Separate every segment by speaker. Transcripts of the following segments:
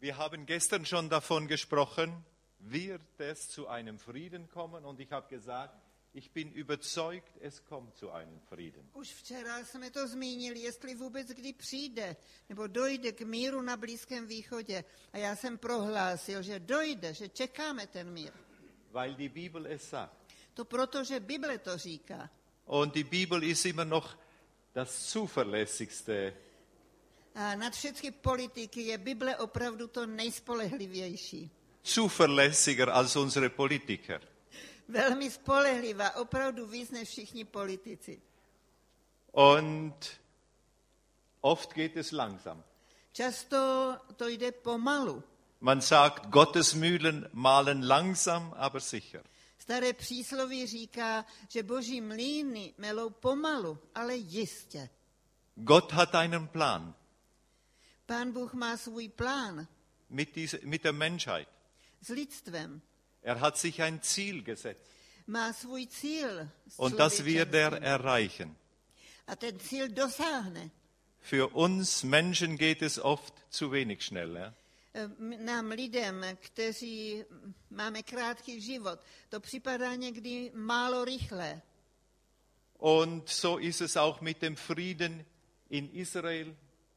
Speaker 1: Wir haben gestern schon davon gesprochen, wird es zu einem Frieden kommen? Und ich habe gesagt, ich bin überzeugt, es kommt zu einem Frieden.
Speaker 2: Už včera jsme to zmínili, jestli vůbec kdy přijde, nebo dojde k míru na Blízkém východě. A já jsem prohlásil, že dojde, že čekáme ten mír.
Speaker 1: weil die Bibel es sagt.
Speaker 2: To proto, že Bible to říká.
Speaker 1: Und die Bibel ist immer noch das zuverlässigste.
Speaker 2: A nad všechny politiky je Bible opravdu to nejspolehlivější.
Speaker 1: Zuverlässiger als unsere Politiker.
Speaker 2: Velmi spolehlivá, opravdu víc než všichni politici.
Speaker 1: Und oft geht es langsam.
Speaker 2: Často to jde pomalu.
Speaker 1: Man sagt, Gottes Mühlen mahlen langsam, aber sicher.
Speaker 2: Staré přísloví říká, že boží mlýny melou pomalu, ale jistě.
Speaker 1: Gott hat einen Plan
Speaker 2: Pán Bůh má svůj plán
Speaker 1: mit, dieser, mit der Menschheit.
Speaker 2: s lidstvem.
Speaker 1: Er hat sich ein Ziel gesetzt.
Speaker 2: Má svůj cíl. s
Speaker 1: Und das wird er
Speaker 2: člověčenstvím.
Speaker 1: erreichen.
Speaker 2: A ten cíl dosáhne.
Speaker 1: Für uns Menschen geht es oft zu wenig schnell. Ja?
Speaker 2: Em, Nám lidem, kteří máme krátký život, to připadá někdy málo rychlé.
Speaker 1: Und so ist es auch mit dem Frieden in Israel,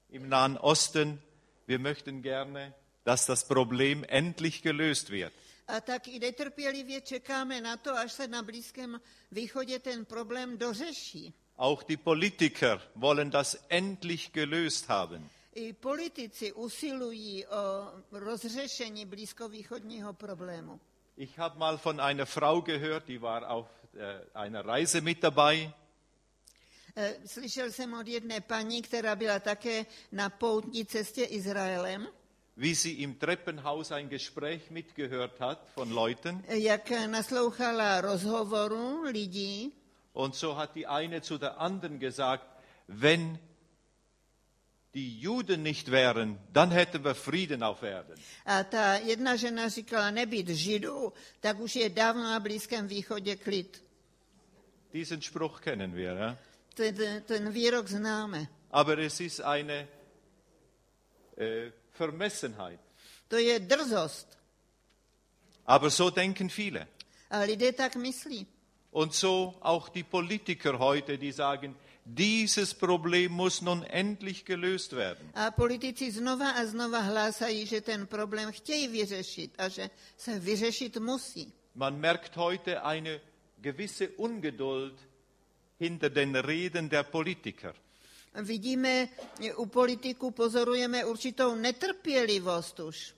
Speaker 1: im Nahen Osten. Wir möchten gerne, dass das Problem endlich gelöst wird.
Speaker 2: A tak i netrpělivě čekáme na to, až se na Blízkém východě ten problém dořeší.
Speaker 1: Auch die Politiker wollen das endlich gelöst haben.
Speaker 2: I politici usilují o rozřešení blízkovýchodního problému.
Speaker 1: Ich habe mal von einer Frau gehört, die war auf äh, einer Reise mit dabei
Speaker 2: Eh, Slyšel jsem od jedné paní, která byla také na poutní cestě Izraelem,
Speaker 1: wie sie im Treppenhaus ein Gespräch mitgehört hat von Leuten.
Speaker 2: eh, jak naslouchala rozhovoru lidí
Speaker 1: Und so hat die eine zu der anderen gesagt, wenn die Juden nicht wären, dann hätten wir Frieden auf Erden.
Speaker 2: A ta jedna žena říkala, nebýt židů, tak už je dávno na Blízkém východě klid.
Speaker 1: Diesen Spruch kennen wir. Ja?
Speaker 2: Ten, ten výrok známe.
Speaker 1: Aber es ist eine äh, Vermessenheit.
Speaker 2: To je drzost.
Speaker 1: Aber so denken viele.
Speaker 2: A lidé tak myslí.
Speaker 1: Und so auch die Politiker heute, die sagen, dieses Problem muss nun endlich gelöst werden.
Speaker 2: A politici znova a znova hlásají, že ten problém chtějí vyřešit a že se vyřešit musí.
Speaker 1: Man merkt heute eine gewisse Ungeduld hinter den Reden der Politiker.
Speaker 2: Vidíme, u politiků pozorujeme určitou netrpělivost už.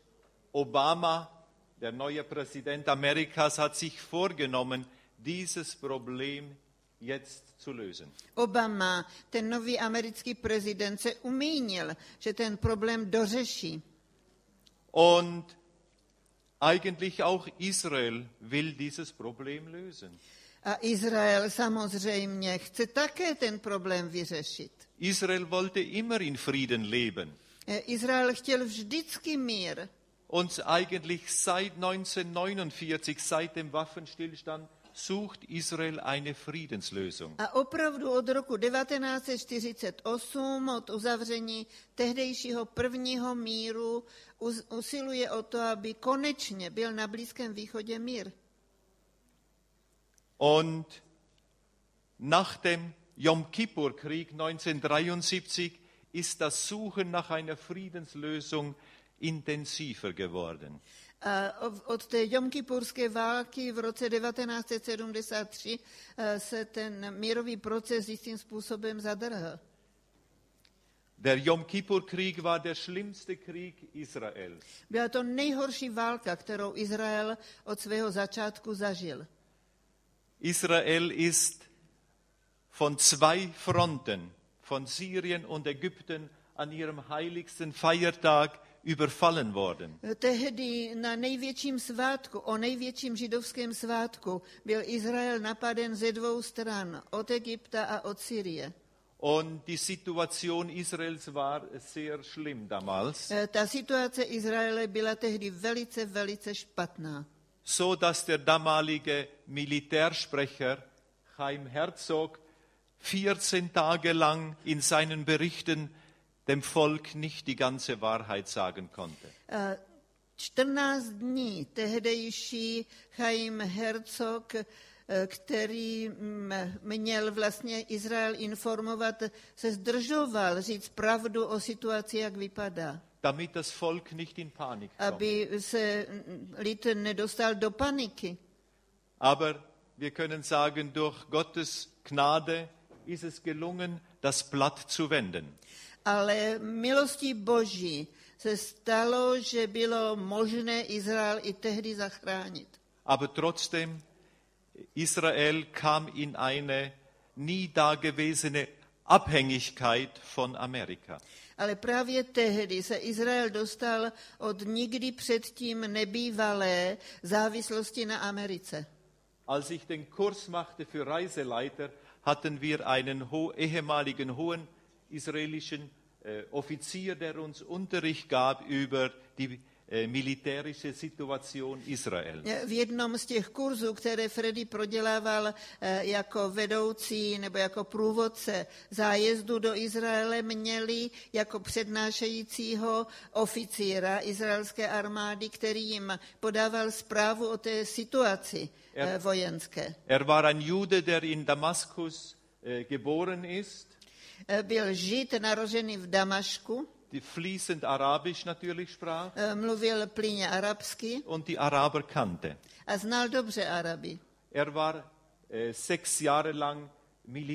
Speaker 1: Obama, der neue Präsident Amerikas, hat sich vorgenommen, dieses Problem jetzt zu lösen.
Speaker 2: Obama, ten nový americký prezident, se umínil, že ten problém dořeší.
Speaker 1: Und eigentlich auch Israel will dieses Problem lösen.
Speaker 2: A Izrael samozřejmě chce také ten problém vyřešit.
Speaker 1: Israel wollte immer in Frieden leben
Speaker 2: Eh, Izrael chtěl vždycky mír.
Speaker 1: und eigentlich seit 1949, seit dem Waffenstillstand, sucht Israel eine Friedenslösung.
Speaker 2: A opravdu od roku 1948, od uzavření tehdejšího prvního míru, us- usiluje o to, aby konečně byl na Blízkém východě mír.
Speaker 1: Und nach dem Yom Kippur-Krieg 1973 ist das Suchen nach einer Friedenslösung intensiver geworden.
Speaker 2: A ov- od té Jomkipurské války v roce 1973 eh, se ten mírový proces jistým způsobem zadrhl.
Speaker 1: Der Yom Kippur-Krieg war der schlimmste Krieg Israels.
Speaker 2: Byla to nejhorší válka, kterou Izrael od svého začátku zažil.
Speaker 1: Israel ist von zwei Fronten, von Syrien und Ägypten, an ihrem heiligsten Feiertag überfallen worden.
Speaker 2: Tehdy na největším svátku, o největším židovském svátku, byl Izrael napaden ze dvou stran, od Egypta a od Syrie.
Speaker 1: Und die Situation Israels war sehr schlimm damals.
Speaker 2: Eh, Ta situace Izraele byla tehdy velice, velice špatná.
Speaker 1: so dass der damalige Militärsprecher Chaim Herzog 14 Tage lang in seinen Berichten dem Volk nicht die ganze Wahrheit sagen konnte.
Speaker 2: Eh, 14 dní tehdejší Chaim Herzog, eh, který mm, měl vlastně Izrael informovat, se zdržoval říct pravdu o situaci, jak vypadá,
Speaker 1: damit das Volk nicht in Panik kommt.
Speaker 2: aby se mm, lid nedostal do paniky.
Speaker 1: Aber wir können sagen, durch Gottes Gnade ist es gelungen, das Blatt zu wenden.
Speaker 2: Ale milostí Boží se stalo, že bylo možné Izrael i tehdy zachránit.
Speaker 1: Aber trotzdem, Israel kam in eine nie dagewesene Abhängigkeit von Amerika.
Speaker 2: Ale právě tehdy se Izrael dostal od nikdy předtím nebývalé závislosti na Americe.
Speaker 1: Als ich den Kurs machte für Reiseleiter, hatten wir einen ho ehemaligen hohen israelischen äh, Offizier, der uns Unterricht gab über die äh, militärische Situation Israel.
Speaker 2: V jednom z těch kurzů, které Freddy prodělával eh, jako vedoucí nebo jako průvodce zájezdu do Izraele, měli jako přednášejícího oficíra izraelské armády, který jim podával zprávu o té situaci
Speaker 1: Er-
Speaker 2: eh, vojenské.
Speaker 1: Er war ein Jude, der in Damaskus äh, geboren ist,
Speaker 2: Eh, Byl žid narozený v Damašku,
Speaker 1: die fließend Arabisch natürlich sprach
Speaker 2: eh, mluvil plyně arabsky
Speaker 1: und die Araber kannte.
Speaker 2: a znal dobře Araby.
Speaker 1: Er war äh, sechs Jahre lang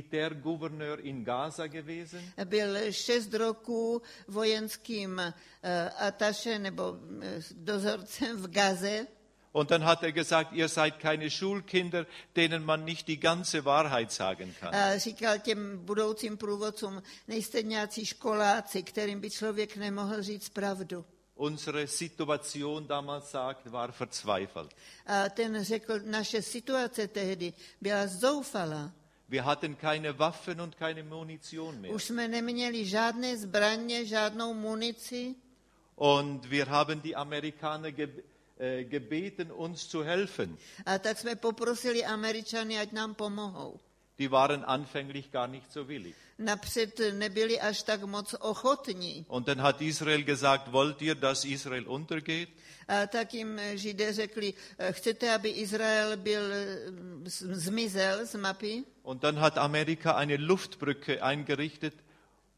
Speaker 1: Militärgouverneur in Gaza gewesen.
Speaker 2: Byl šest roků vojenským eh, ataše nebo eh, dozorcem v Gaze
Speaker 1: Und dann hat er gesagt, ihr seid keine Schulkinder, denen man nicht die ganze Wahrheit sagen kann.
Speaker 2: a říkal těm budoucím průvodcům, nejste nějací školáci, kterým by člověk nemohl říct pravdu.
Speaker 1: Unsere Situation damals sagt, war verzweifelt.
Speaker 2: A ten řekl, naše situace tehdy byla zoufalá.
Speaker 1: Wir hatten keine Waffen und keine Munition mehr.
Speaker 2: Už jsme neměli žádné zbraně, žádnou munici
Speaker 1: Und wir haben die Amerikaner ge äh, gebeten, uns zu helfen.
Speaker 2: a tak jsme poprosili Američany, ať nám pomohou.
Speaker 1: Die waren anfänglich gar nicht so willig.
Speaker 2: Napřed nebyli až tak moc ochotní.
Speaker 1: Und dann hat Israel gesagt, wollt ihr, dass Israel untergeht?
Speaker 2: A tak jim Židé řekli, eh, chcete, aby Izrael byl, eh, z- zmizel z mapy?
Speaker 1: Und dann hat Amerika eine Luftbrücke eingerichtet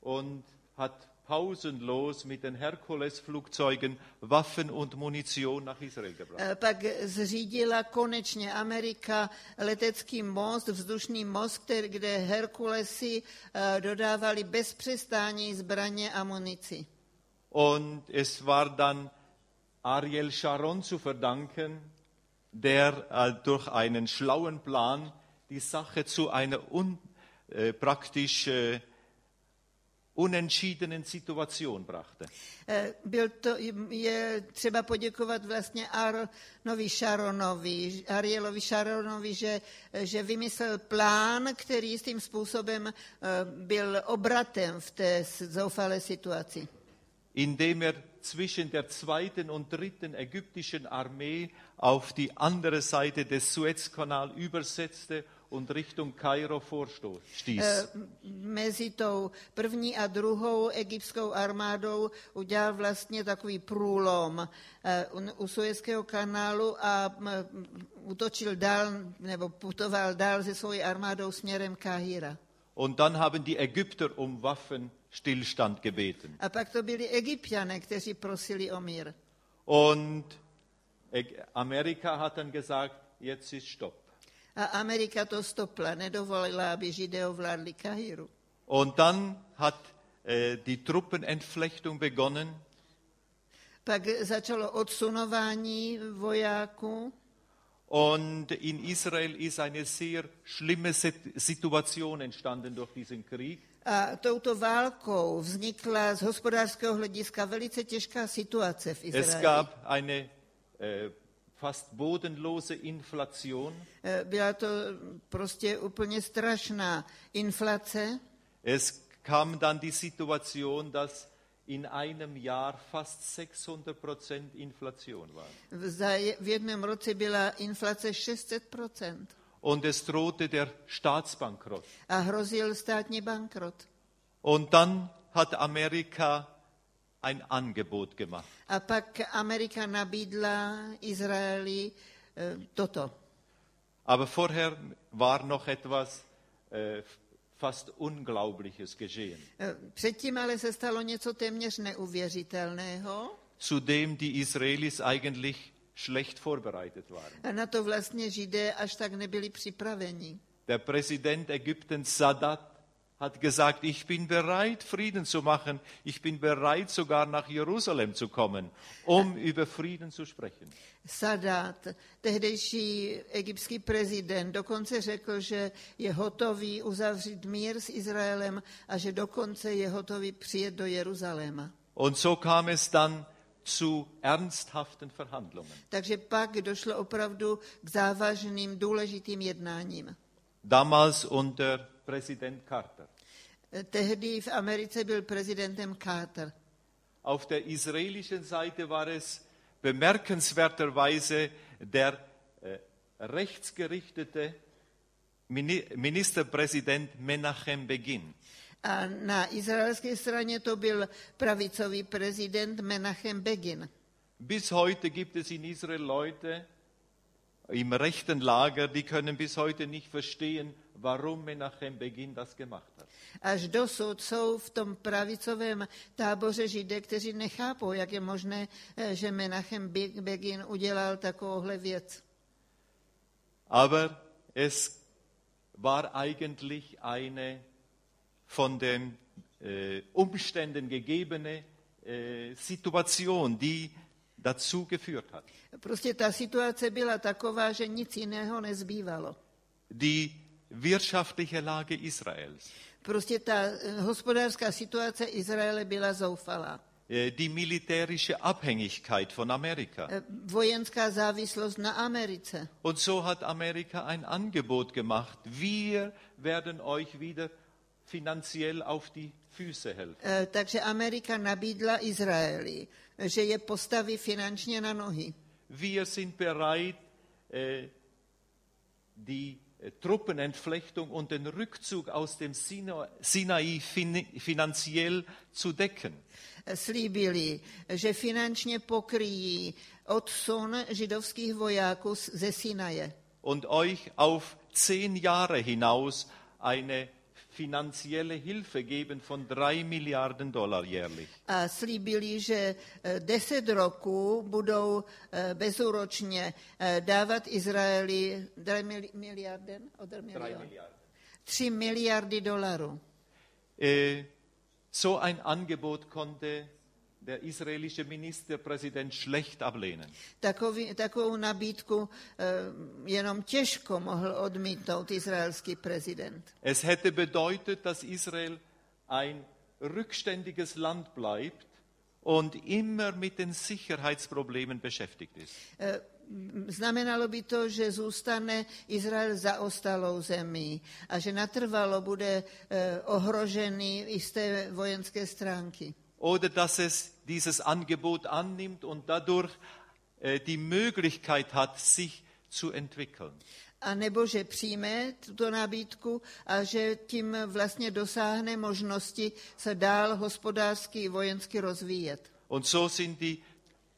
Speaker 1: und hat pausenlos mit den Herkules-Flugzeugen Waffen und Munition nach Israel gebracht.
Speaker 2: Eh, Pak zřídila konečně Amerika letecký most, vzdušný most, který, kde Herkulesy eh, dodávali bez přestání zbraně a munici.
Speaker 1: Und es war dann Ariel Sharon zu verdanken, der äh, durch einen schlauen Plan die Sache zu einer un, äh, praktisch äh, unentschiedenen Situation brachte.
Speaker 2: Eh, Byl to, je třeba poděkovat vlastně Aronovi Sharonovi, Arielovi Sharonovi, že, že vymyslel plán, který jistým způsobem eh, byl obratem v té s- zoufalé situaci.
Speaker 1: indem er zwischen der zweiten und dritten ägyptischen Armee auf die andere Seite des Suezkanal übersetzte und Richtung Kairo vorstieß.
Speaker 2: Eh, Mezi tou první a druhou egyptskou armádou udělal vlastně takový průlom eh, u- u Suezského kanálu a mm, útočil dál nebo putoval dál se svojí armádou směrem Kahira.
Speaker 1: Und dann haben die Ägypter um Waffenstillstand gebeten.
Speaker 2: A pak to byli egyptiané, kteří prosili o mír.
Speaker 1: Und Äg- Amerika hat dann gesagt, jetzt ist Stopp.
Speaker 2: A Amerika to stopla, nedovolila, aby Židé ovládli Kahiru.
Speaker 1: Und dann hat äh, die Truppenentflechtung begonnen
Speaker 2: Pak začalo odsunování vojáků
Speaker 1: und in Israel ist eine sehr schlimme Sit- Situation entstanden durch diesen Krieg.
Speaker 2: a touto válkou vznikla z hospodářského hlediska velice těžká situace v
Speaker 1: Es
Speaker 2: Izraeli.
Speaker 1: gab eine äh, fast bodenlose Inflation.
Speaker 2: Eh, Byla to prostě úplně strašná inflace.
Speaker 1: Es kam dann die Situation, dass in einem Jahr fast 600 Prozent Inflation war.
Speaker 2: V- za je- V jednom roce byla inflace 600%
Speaker 1: Und es drohte der Staatsbankrott.
Speaker 2: a hrozil státní bankrot.
Speaker 1: Und dann hat Amerika ein Angebot gemacht.
Speaker 2: A pak Amerika nabídla Izraeli eh, toto.
Speaker 1: Aber vorher war noch etwas äh, fast Unglaubliches geschehen,
Speaker 2: Eh, Předtím ale se stalo něco téměř neuvěřitelného.
Speaker 1: zu dem die Israelis eigentlich schlecht vorbereitet waren.
Speaker 2: A na to vlastně židé až tak nebyli připraveni.
Speaker 1: Der Präsident Ägyptens Sadat hat gesagt, ich bin bereit, Frieden zu machen. Ich bin bereit, sogar nach Jerusalem zu kommen, um über Frieden zu sprechen.
Speaker 2: Sadat, tehdejší egyptský prezident, dokonce řekl, že je hotový uzavřít mír s Izraelem a že dokonce je hotový přijet do Jeruzaléma.
Speaker 1: Und so kam es dann zu ernsthaften Verhandlungen.
Speaker 2: Takže pak došlo opravdu k závažným, důležitým jednáním.
Speaker 1: Damals unter Präsident Carter.
Speaker 2: Eh, Tehdy v Americe byl prezidentem Carter.
Speaker 1: Auf der israelischen Seite war es bemerkenswerterweise der äh, rechtsgerichtete Mini- Ministerpräsident Menachem Begin.
Speaker 2: A na izraelské straně to byl pravicový prezident Menachem Begin.
Speaker 1: Bis heute gibt es in Israel Leute im rechten Lager, die können bis heute nicht verstehen, warum Menachem Begin das gemacht hat.
Speaker 2: Až dosud jsou v tom pravicovém táboře židé, kteří nechápou, jak je možné, eh, že Menachem Be- Begin udělal takovouhle věc.
Speaker 1: Aber es war eigentlich eine von den äh, Umständen gegebene äh, Situation, die dazu geführt hat.
Speaker 2: Prostě ta situace byla taková, že nic jiného nezbývalo.
Speaker 1: Die wirtschaftliche Lage Israels,
Speaker 2: Prostě ta eh, hospodářská situace Izraele byla zoufalá.
Speaker 1: äh, die militärische Abhängigkeit von Amerika.
Speaker 2: Eh, Vojenská závislost na Americe.
Speaker 1: Und so hat Amerika ein Angebot gemacht. Wir werden euch wieder finanziell auf die Füße helfen.
Speaker 2: Eh, Takže Amerika nabídla Izraeli, že je postaví finančně na nohy.
Speaker 1: Wir sind bereit, äh, die äh, Truppenentflechtung und den Rückzug aus dem Sina- Sinai fin finanziell zu decken.
Speaker 2: Eh, slíbili, že finančně pokryjí odsun židovských vojáků z- ze Sinaje
Speaker 1: und euch auf zehn Jahre hinaus eine finanzielle Hilfe geben von drei Milliarden Dollar jährlich.
Speaker 2: a slíbili, že eh, 10 roků budou eh, bezúročně eh, dávat Izraeli 3 miliarden, o dr- milion, 3 miliardy dolarů.
Speaker 1: Äh, so ein Angebot konnte der israelische Ministerpräsident schlecht ablehnen.
Speaker 2: Takový, takovou nabídku eh, jenom těžko mohl odmítnout izraelský prezident.
Speaker 1: Es hätte bedeutet, dass Israel ein rückständiges Land bleibt und immer mit den Sicherheitsproblemen beschäftigt ist.
Speaker 2: Eh, Znamenalo by to, že zůstane Izrael zaostalou zemí a že natrvalo bude eh, ohrožený i z té vojenské stránky.
Speaker 1: Oder dass es dieses Angebot annimmt und dadurch äh, die Möglichkeit hat, sich zu entwickeln.
Speaker 2: A nebo že přijme tuto nabídku a že tím vlastně dosáhne možnosti se dál hospodářsky i vojensky rozvíjet.
Speaker 1: Und so sind die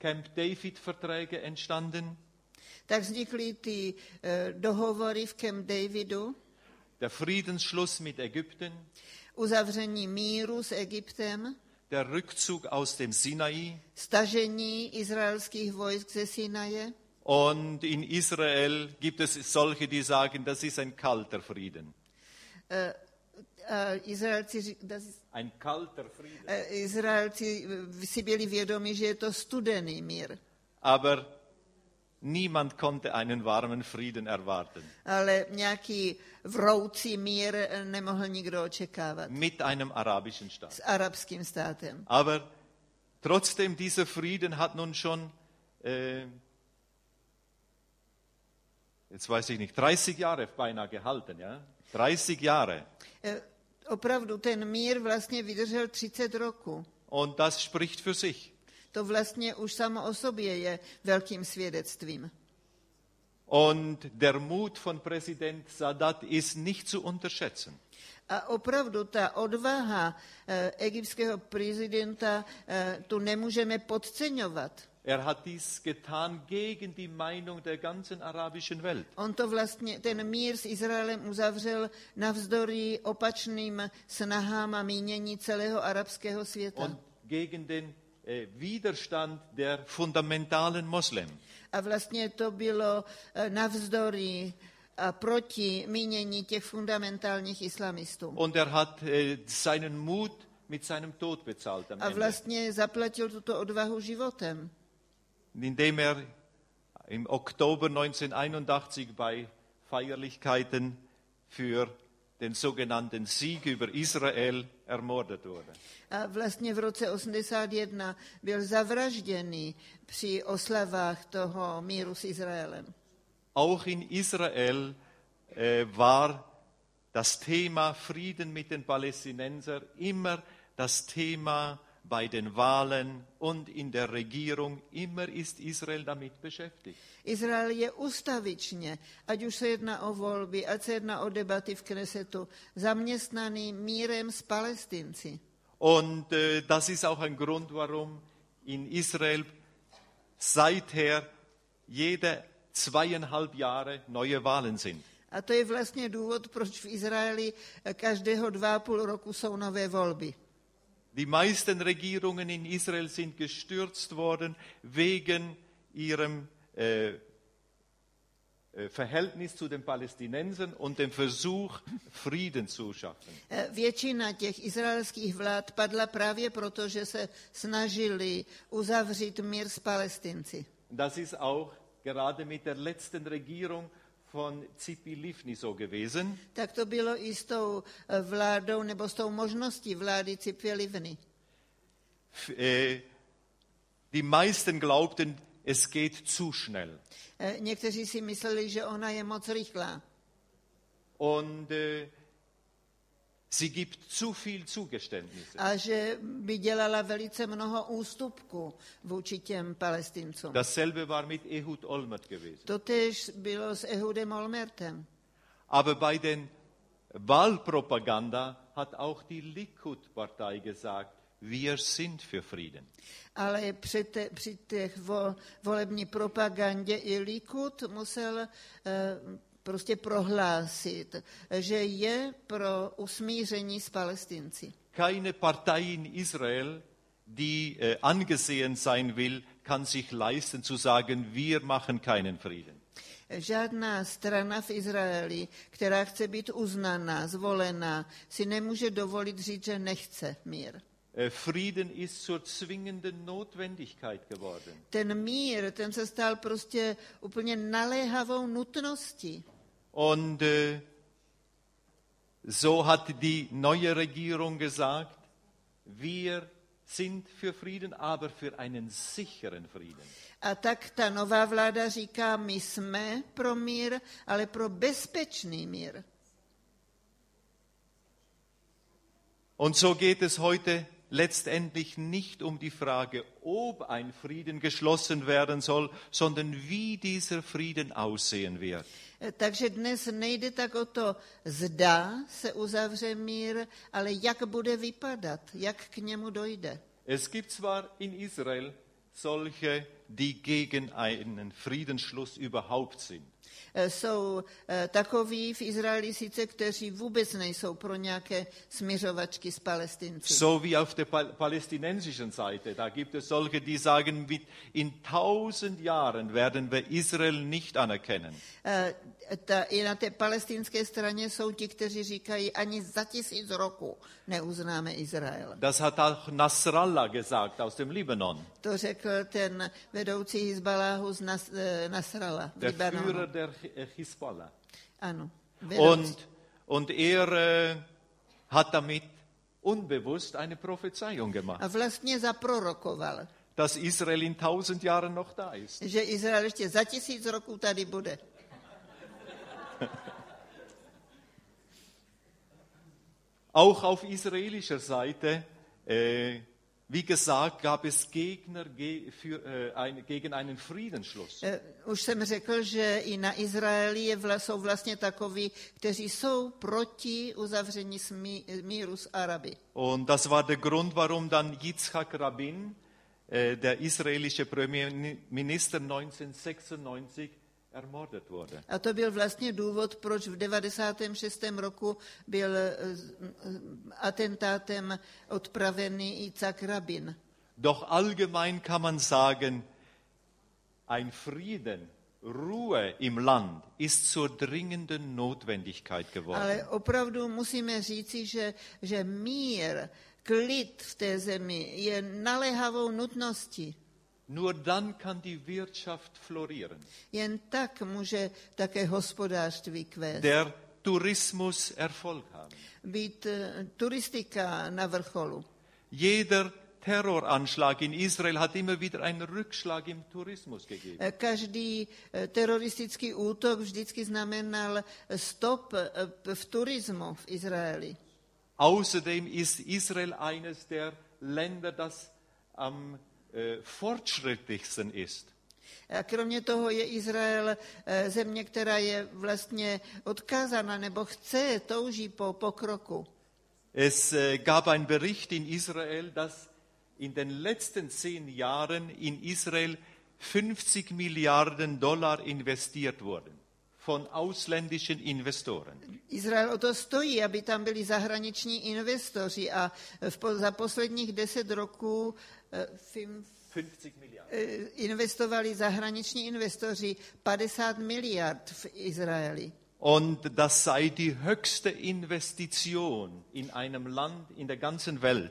Speaker 1: Camp David-Verträge entstanden.
Speaker 2: Tak vznikly ty eh, dohovory v Camp Davidu,
Speaker 1: Der Friedensschluss mit Ägypten,
Speaker 2: uzavření míru s Egyptem,
Speaker 1: der Rückzug aus dem Sinai
Speaker 2: stažení izraelských vojsk ze Sinaje,
Speaker 1: Und in Israel gibt es solche, die sagen, das ist ein kalter Frieden.
Speaker 2: A Eh, Izraelci, ři- da-
Speaker 1: Ein kalter Frieden.
Speaker 2: eh, Izraelci eh, si byli vědomi, že je to studený mír,
Speaker 1: Aber niemand konnte einen warmen Frieden erwarten.
Speaker 2: ale nějaký vroucí mír eh, nemohl nikdo očekávat
Speaker 1: Mit einem arabischen Staat.
Speaker 2: s arabským státem.
Speaker 1: Aber trotzdem, dieser Frieden hat nun schon, äh, jetzt weiß ich nicht, 30 Jahre beinahe gehalten. Ja? 30 Jahre.
Speaker 2: Eh, Opravdu ten mír vlastně vydržel 30 roku.
Speaker 1: Und das spricht für sich.
Speaker 2: To vlastně už samo o sobě je velkým svědectvím.
Speaker 1: Und der Mut von Präsident Sadat ist nicht zu unterschätzen.
Speaker 2: A opravdu ta odvaha eh, egyptského prezidenta eh, tu nemůžeme podceňovat.
Speaker 1: Er hat dies getan gegen die Meinung der ganzen arabischen Welt.
Speaker 2: On to vlastně, ten mír s Izraelem uzavřel navzdory opačným snahám a mínění celého arabského světa.
Speaker 1: und gegen den äh, Widerstand der fundamentalen Moslem.
Speaker 2: A vlastně to bylo eh, navzdory a proti mínění těch fundamentálních islamistů.
Speaker 1: Und er hat äh, seinen Mut mit seinem Tod bezahlt am
Speaker 2: A
Speaker 1: Ende,
Speaker 2: vlastně zaplatil tuto odvahu životem.
Speaker 1: indem er im Oktober 1981 bei Feierlichkeiten für den sogenannten Sieg über Israel ermordet wurde.
Speaker 2: A vlastně v roce 81 byl zavražděný při oslavách toho míru s Izraelem.
Speaker 1: Auch in Israel äh, war das Thema Frieden mit den Palästinensern immer das Thema bei den Wahlen und in der Regierung. Immer ist Israel damit beschäftigt.
Speaker 2: Izrael je ustavičně, ať už se jedná o volby, ať se jedná o debaty v Knesetu, zaměstnaný mírem s Palestinci.
Speaker 1: Und äh, das ist auch ein Grund, warum in Israel seither jede zweieinhalb Jahre neue Wahlen sind.
Speaker 2: A to je vlastně důvod, proč v Izraeli eh, každého dva a půl roku jsou nové volby.
Speaker 1: Die meisten Regierungen in Israel sind gestürzt worden wegen ihrem äh, äh, Verhältnis zu den Palästinensern und dem Versuch, Frieden zu schaffen.
Speaker 2: Eh, Většina těch izraelských vlád padla právě proto, že se snažili uzavřít mír s Palestinci.
Speaker 1: Das ist auch gerade mit der letzten Regierung von Zipi Livni so gewesen.
Speaker 2: Tak to bylo i s tou eh, vládou nebo s tou možností vlády Cipě Livny.
Speaker 1: F äh, die meisten glaubten, es geht zu schnell.
Speaker 2: Eh, Někteří si mysleli, že ona je moc rychlá
Speaker 1: Und äh, sie gibt zu viel Zugeständnisse.
Speaker 2: a že by dělala velice mnoho ústupků vůči těm palestincům.
Speaker 1: Dasselbe war mit Ehud Olmert gewesen.
Speaker 2: Totež bylo s Ehudem Olmertem.
Speaker 1: Aber bei den Wahlpropaganda hat auch die Likud-Partei gesagt, wir sind für Frieden.
Speaker 2: Ale při, te, při těch vo, volební propagandě i Likud musel eh, prostě prohlásit, že je pro usmíření s palestinci.
Speaker 1: Keine Partei in Israel, die äh, angesehen sein will, kann sich leisten zu sagen, wir machen keinen Frieden.
Speaker 2: Žádná strana v Izraeli, která chce být uznaná, zvolená, si nemůže dovolit říct, že nechce mír.
Speaker 1: Äh, Frieden ist zur zwingenden Notwendigkeit geworden.
Speaker 2: Ten mír, ten se stal prostě úplně naléhavou nutností.
Speaker 1: Und äh, so hat die neue Regierung gesagt, wir sind für Frieden, aber für einen sicheren Frieden.
Speaker 2: A tak ta nová vláda říká, my jsme pro mír, ale pro bezpečný mír.
Speaker 1: Und so geht es heute letztendlich nicht um die Frage, ob ein Frieden geschlossen werden soll, sondern wie dieser Frieden aussehen wird.
Speaker 2: E, Takže dnes nejde tak o to, zda se uzavře mír, ale jak bude vypadat, jak k němu dojde.
Speaker 1: Es gibt zwar in Israel solche, die gegen einen Friedensschluss überhaupt sind.
Speaker 2: E, Jsou e, takoví v Izraeli sice, kteří vůbec nejsou pro nějaké směřovačky s Palestinci.
Speaker 1: So wie auf der pal- palästinensischen Seite. Da gibt es solche, die sagen, mit- in tausend Jahren werden wir Israel nicht anerkennen.
Speaker 2: E, Ta, I na té palestinské straně jsou ti, kteří říkají, ani za tisíc roku neuznáme Izrael.
Speaker 1: Das hat auch Nasrallah gesagt aus dem Libanon,
Speaker 2: To řekl ten vedoucí Hizbaláhu z Nas, eh, Nasrala v
Speaker 1: der
Speaker 2: Libanonu.
Speaker 1: Führer der Hi- äh, Hisbollah.
Speaker 2: Ano, vedoucí.
Speaker 1: Und, und er äh, hat damit unbewusst eine Prophezeiung
Speaker 2: A
Speaker 1: gemacht,
Speaker 2: vlastně zaprorokoval,
Speaker 1: dass Israel in tausend Jahren noch da ist.
Speaker 2: že Izrael ještě za tisíc roků tady bude.
Speaker 1: Auch auf israelischer Seite äh, Wie gesagt, gab es Gegner ge- für, äh, ein, gegen einen Friedensschluss.
Speaker 2: Eh, Už jsem řekl, že i na Izraeli je vla, jsou vlastně takoví, kteří jsou proti uzavření smí, míru s Araby.
Speaker 1: Und das war der Grund, warum dann Yitzhak Rabin, äh, der israelische Premierminister 1996, ermordet wurde.
Speaker 2: A to byl vlastně důvod, proč v 96. roku byl eh, z- m- atentátem odpravený Icak Rabin.
Speaker 1: Doch allgemein kann man sagen, ein Frieden, Ruhe im Land ist zur dringenden Notwendigkeit geworden.
Speaker 2: Ale opravdu musíme říci, že, že mír, klid v té zemi je naléhavou nutností.
Speaker 1: Nur dann kann die Wirtschaft florieren.
Speaker 2: Jen tak může také hospodářství kvést.
Speaker 1: der Tourismus Erfolg haben.
Speaker 2: být eh, turistika na vrcholu.
Speaker 1: Jeder Terroranschlag in Israel hat immer wieder einen Rückschlag im Tourismus gegeben.
Speaker 2: Eh, Každý eh, teroristický útok vždycky znamenal stop eh, p- v turismu v Izraeli.
Speaker 1: Außerdem ist Israel eines der Länder, das am äh, fortschrittlichsten ist.
Speaker 2: A kromě toho je Izrael eh, země, která je vlastně odkázána nebo chce, touží po pokroku.
Speaker 1: Es äh, gab einen Bericht in Israel, dass in den letzten zehn Jahren in Israel 50 Milliarden Dollar investiert wurden von ausländischen Investoren.
Speaker 2: Izrael o to stojí, aby tam byli zahraniční investoři a v, po- za posledních deset roků eh, fim-
Speaker 1: 50 Milliarden.
Speaker 2: Eh, investovali zahraniční investoři 50 miliard v Izraeli.
Speaker 1: Und das sei die höchste Investition in einem Land in der ganzen Welt,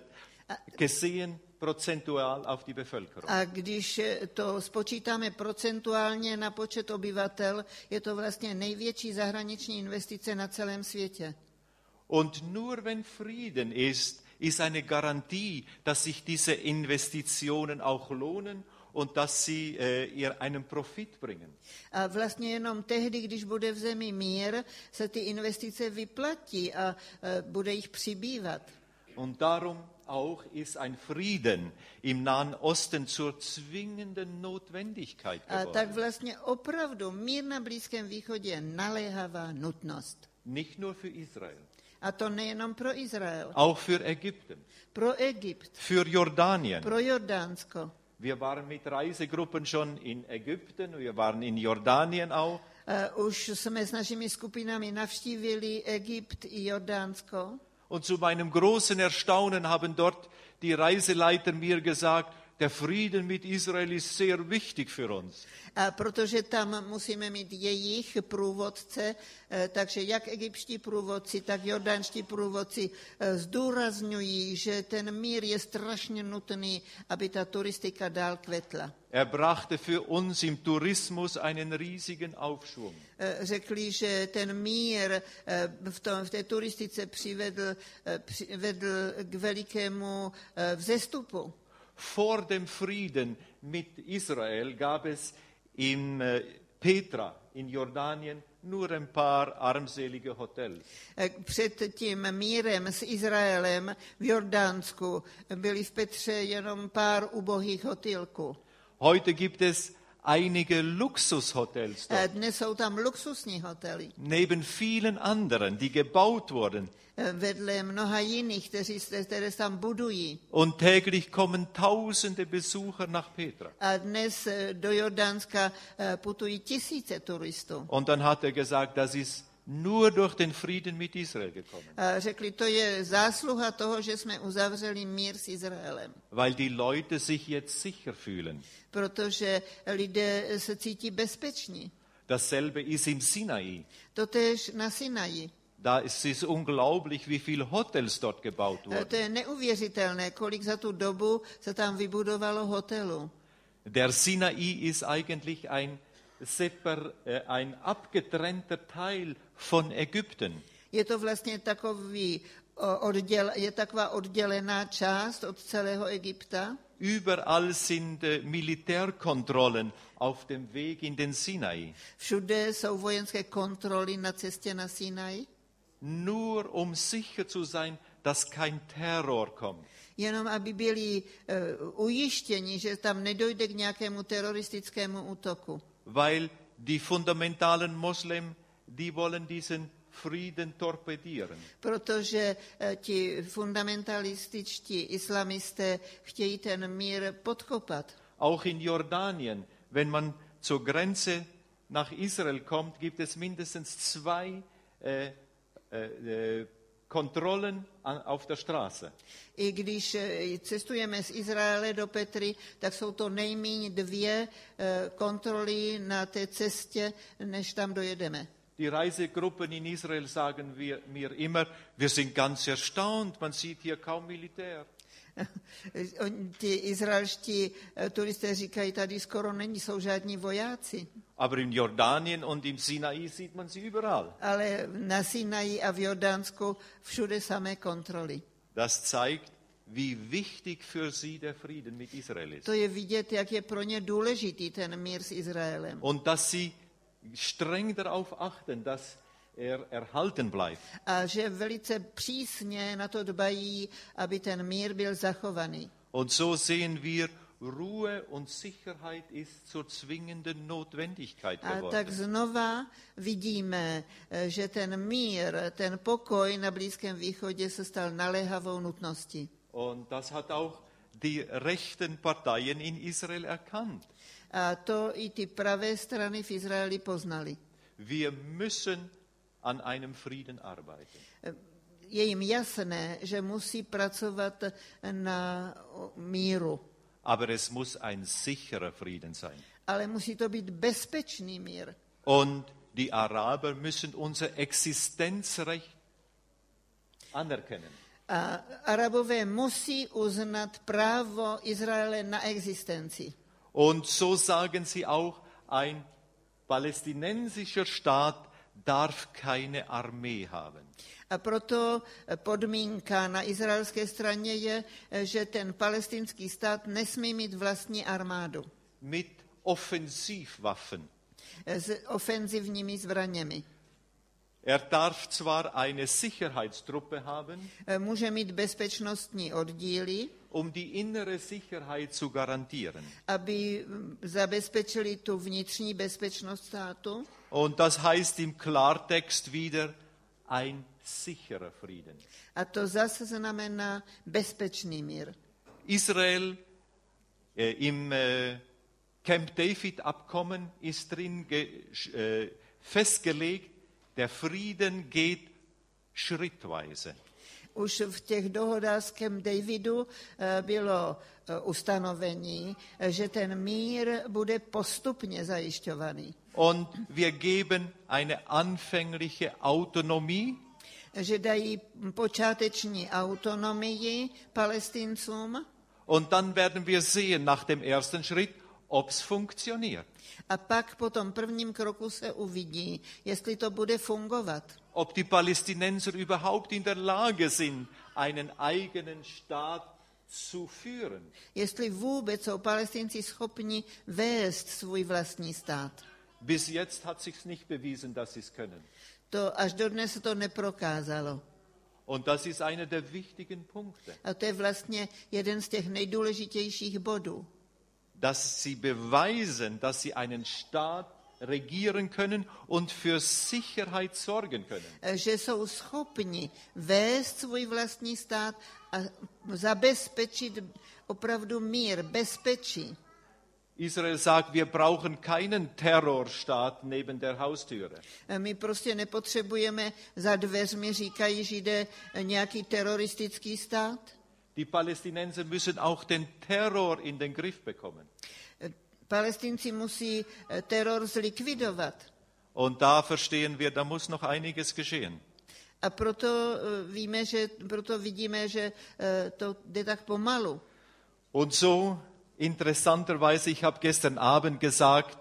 Speaker 1: gesehen prozentual auf die Bevölkerung.
Speaker 2: A když eh, to spočítáme procentuálně na počet obyvatel, je to vlastně největší zahraniční investice na celém světě.
Speaker 1: Und nur wenn Frieden ist, ist eine Garantie, dass sich diese Investitionen auch lohnen und dass sie äh, ihr einen Profit bringen.
Speaker 2: A vlastně jenom tehdy, když bude v zemi mír, se ty investice vyplatí a eh, bude jich přibývat.
Speaker 1: Und darum auch ist ein Frieden im Nahen Osten zur zwingenden Notwendigkeit
Speaker 2: A tak
Speaker 1: geworden.
Speaker 2: vlastně opravdu mír na Blízkém východě je naléhavá nutnost.
Speaker 1: Nicht nur für Israel,
Speaker 2: A to nejenom pro Izrael,
Speaker 1: auch für Ägypten,
Speaker 2: pro Egypt.
Speaker 1: für Jordanien.
Speaker 2: Pro Jordánsko.
Speaker 1: Wir waren mit Reisegruppen schon in Ägypten, wir waren in Jordanien auch.
Speaker 2: Eh, Už jsme s našimi skupinami navštívili Egypt i Jordánsko.
Speaker 1: Und zu meinem großen Erstaunen haben dort die Reiseleiter mir gesagt, der Frieden mit Israel ist sehr wichtig für uns.
Speaker 2: A protože tam musíme mít jejich průvodce, eh, takže jak egyptští průvodci, tak jordánští průvodci eh, zdůrazňují, že ten mír je strašně nutný, aby ta turistika dál kvetla.
Speaker 1: Er brachte für uns im Tourismus einen riesigen Aufschwung.
Speaker 2: Eh, Řekli, že ten mír eh, v, tom, v té turistice přivedl, eh, přivedl k velikému eh, vzestupu.
Speaker 1: Vor dem Frieden mit Israel gab es in äh, Petra in Jordanien nur ein paar armselige Hotels.
Speaker 2: E, Před tím mírem s Izraelem v Jordánsku byli v Petře jenom pár ubohých hotýlků.
Speaker 1: Heute gibt es einige Luxushotels dort.
Speaker 2: Eh, Dnes jsou tam luxusní hotely
Speaker 1: neben vielen anderen, die gebaut wurden.
Speaker 2: eh, vedle mnoha jiných, kteří, se- které se tam budují.
Speaker 1: Und täglich kommen tausende Besucher nach Petra.
Speaker 2: A dnes eh, do Jordánska eh, putují tisíce turistů.
Speaker 1: Und dann hat er gesagt, das ist nur durch den Frieden mit Israel gekommen,
Speaker 2: A řekli, to je zásluha toho, že jsme uzavřeli mír s Izraelem,
Speaker 1: weil die Leute sich jetzt sicher fühlen.
Speaker 2: protože lidé eh, se cítí bezpeční.
Speaker 1: Dasselbe ist im Sinai.
Speaker 2: Totež na Sinaji. Eh,
Speaker 1: Da ist es unglaublich, wie viele Hotels dort gebaut
Speaker 2: E, To
Speaker 1: wurden.
Speaker 2: je neuvěřitelné, kolik za tu dobu se tam vybudovalo hotelu.
Speaker 1: Der Sinai ist eigentlich ein, separ, äh, ein abgetrennter Teil von Ägypten.
Speaker 2: Je to vlastně takový o, odděl, je taková oddělená část od celého Egypta.
Speaker 1: Überall sind äh, Militärkontrollen auf dem Weg in den Sinai,
Speaker 2: Všude jsou vojenské kontroly na cestě na Sinaj,
Speaker 1: nur um sicher zu sein, dass kein Terror kommt.
Speaker 2: jenom aby byli eh, ujištěni, že tam nedojde k nějakému teroristickému útoku.
Speaker 1: weil die fundamentalen Moslem, die wollen diesen Frieden torpedieren.
Speaker 2: Protože eh, ti fundamentalističtí islamisté chtějí ten mír podkopat.
Speaker 1: Auch in Jordanien, wenn man zur Grenze nach Israel kommt, gibt es mindestens zwei äh, äh, äh, Kontrollen an, auf der Straße.
Speaker 2: I když eh, cestujeme z Izraele do Petry, tak jsou to nejméně dvě eh, kontroly na té cestě, než tam dojedeme.
Speaker 1: Die Reisegruppen in Israel sagen wir, mir immer, wir sind ganz erstaunt, man sieht hier kaum Militär.
Speaker 2: Oni- Ti izraelští eh, turisté říkají, tady skoro není, jsou žádní vojáci.
Speaker 1: Aber in Jordanien und im Sinai sieht man sie überall.
Speaker 2: Ale na Sinaji a v Jordánsku všude samé kontroly.
Speaker 1: Das zeigt, wie wichtig für sie der Frieden mit Israel ist.
Speaker 2: To je vidět, jak je pro ně důležitý ten mír s Izraelem.
Speaker 1: Und dass sie streng darauf achten, dass er erhalten bleibt.
Speaker 2: A že velice přísně na to dbají, aby ten mír byl zachovaný.
Speaker 1: Und so sehen wir, Ruhe und Sicherheit ist zur zwingenden Notwendigkeit
Speaker 2: A tak
Speaker 1: geworden.
Speaker 2: znova vidíme, eh, že ten mír, ten pokoj na Blízkém východě se stal naléhavou nutností.
Speaker 1: Und das hat auch die rechten Parteien in Israel erkannt.
Speaker 2: A to i ty pravé strany v Izraeli poznali.
Speaker 1: Wir müssen an einem Frieden arbeiten.
Speaker 2: Je jim jasné, že musí pracovat na o, míru,
Speaker 1: Aber es muss ein sicherer Frieden sein.
Speaker 2: ale musí to být bezpečný mír.
Speaker 1: Und die Araber müssen unser Existenzrecht anerkennen.
Speaker 2: A Arabové musí uznat právo Izraele na existenci.
Speaker 1: Und so sagen sie auch, ein palästinensischer Staat darf keine Armee haben.
Speaker 2: A proto eh, podmínka na izraelské straně je, eh, že ten palestinský stát nesmí mít vlastní armádu
Speaker 1: Mit Offensivwaffen.
Speaker 2: eh, s ofenzivními zbraněmi.
Speaker 1: Er darf zwar eine Sicherheitstruppe haben,
Speaker 2: Eh, Může mít bezpečnostní oddíly,
Speaker 1: um die innere Sicherheit zu garantieren.
Speaker 2: aby hm, zabezpečili tu vnitřní bezpečnost státu.
Speaker 1: Und das heißt im Klartext wieder ein sicherer Frieden.
Speaker 2: A to zase znamená bezpečný mír.
Speaker 1: Israel äh, im äh, Camp David Abkommen ist drin ge, sch- äh, festgelegt, der Frieden geht schrittweise.
Speaker 2: Už v těch dohodách s Camp Davidu eh, bylo eh, ustanovení, eh, že ten mír bude postupně zajišťovaný.
Speaker 1: Und wir geben eine anfängliche Autonomie,
Speaker 2: Že dají počáteční autonomii palestincům
Speaker 1: und dann werden wir sehen nach dem ersten Schritt, ob es funktioniert,
Speaker 2: a pak po tom prvním kroku se uvidí, jestli to bude fungovat.
Speaker 1: ob die Palästinenser überhaupt in der Lage sind, einen eigenen Staat zu führen.
Speaker 2: Jestli vůbec jsou palestinci schopni vést svůj vlastní stát.
Speaker 1: Bis jetzt hat sich nicht bewiesen, dass sie es können.
Speaker 2: To až dodnes se to neprokázalo.
Speaker 1: Und das ist einer der wichtigen Punkte,
Speaker 2: A to je vlastně jeden z těch nejdůležitějších bodů.
Speaker 1: dass sie beweisen, dass sie einen Staat regieren können und für Sicherheit sorgen können.
Speaker 2: že jsou schopni vést svůj vlastní stát a zabezpečit opravdu mír, bezpečí.
Speaker 1: Israel sagt, wir brauchen keinen Terrorstaat neben der Haustüre.
Speaker 2: My prostě nepotřebujeme za dveřmi, říkají Židé, eh, nějaký teroristický stát.
Speaker 1: Die Palästinenser müssen auch den Terror in den Griff bekommen.
Speaker 2: Eh, Palestinci musí eh, teror zlikvidovat.
Speaker 1: Und da verstehen wir, da muss noch einiges geschehen.
Speaker 2: A proto, eh, víme, že, proto vidíme, že eh, to jde tak pomalu.
Speaker 1: Und so, interessanterweise, ich habe gestern Abend gesagt,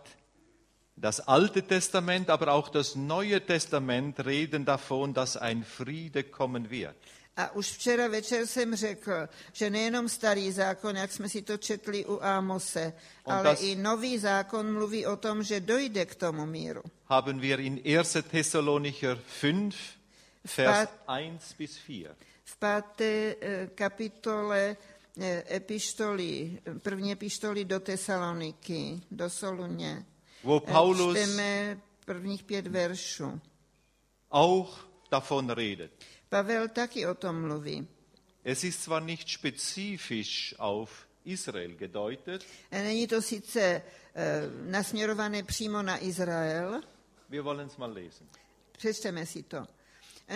Speaker 1: das Alte Testament, aber auch das Neue Testament reden davon, dass ein Friede kommen wird.
Speaker 2: A už včera večer jsem řekl, že nejenom starý zákon, jak jsme si to četli u Ámose,
Speaker 1: On
Speaker 2: ale
Speaker 1: tas-
Speaker 2: i nový zákon mluví o tom, že dojde k tomu míru.
Speaker 1: Haben wir in 1. Thessalonicher 5, Vers
Speaker 2: Pat-
Speaker 1: 1 bis 4.
Speaker 2: V v páté eh, kapitole eh, epištoly, první epištoly do Tesaloniky, do Soluně.
Speaker 1: wo
Speaker 2: Eh,
Speaker 1: Paulus
Speaker 2: Čteme prvních pět veršů.
Speaker 1: auch davon redet.
Speaker 2: Pavel taky o tom mluví.
Speaker 1: Es ist zwar nicht spezifisch auf Israel gedeutet,
Speaker 2: Není to sice eh, nasměrované přímo na Izrael,
Speaker 1: wir wollen es mal lesen.
Speaker 2: přečteme si to.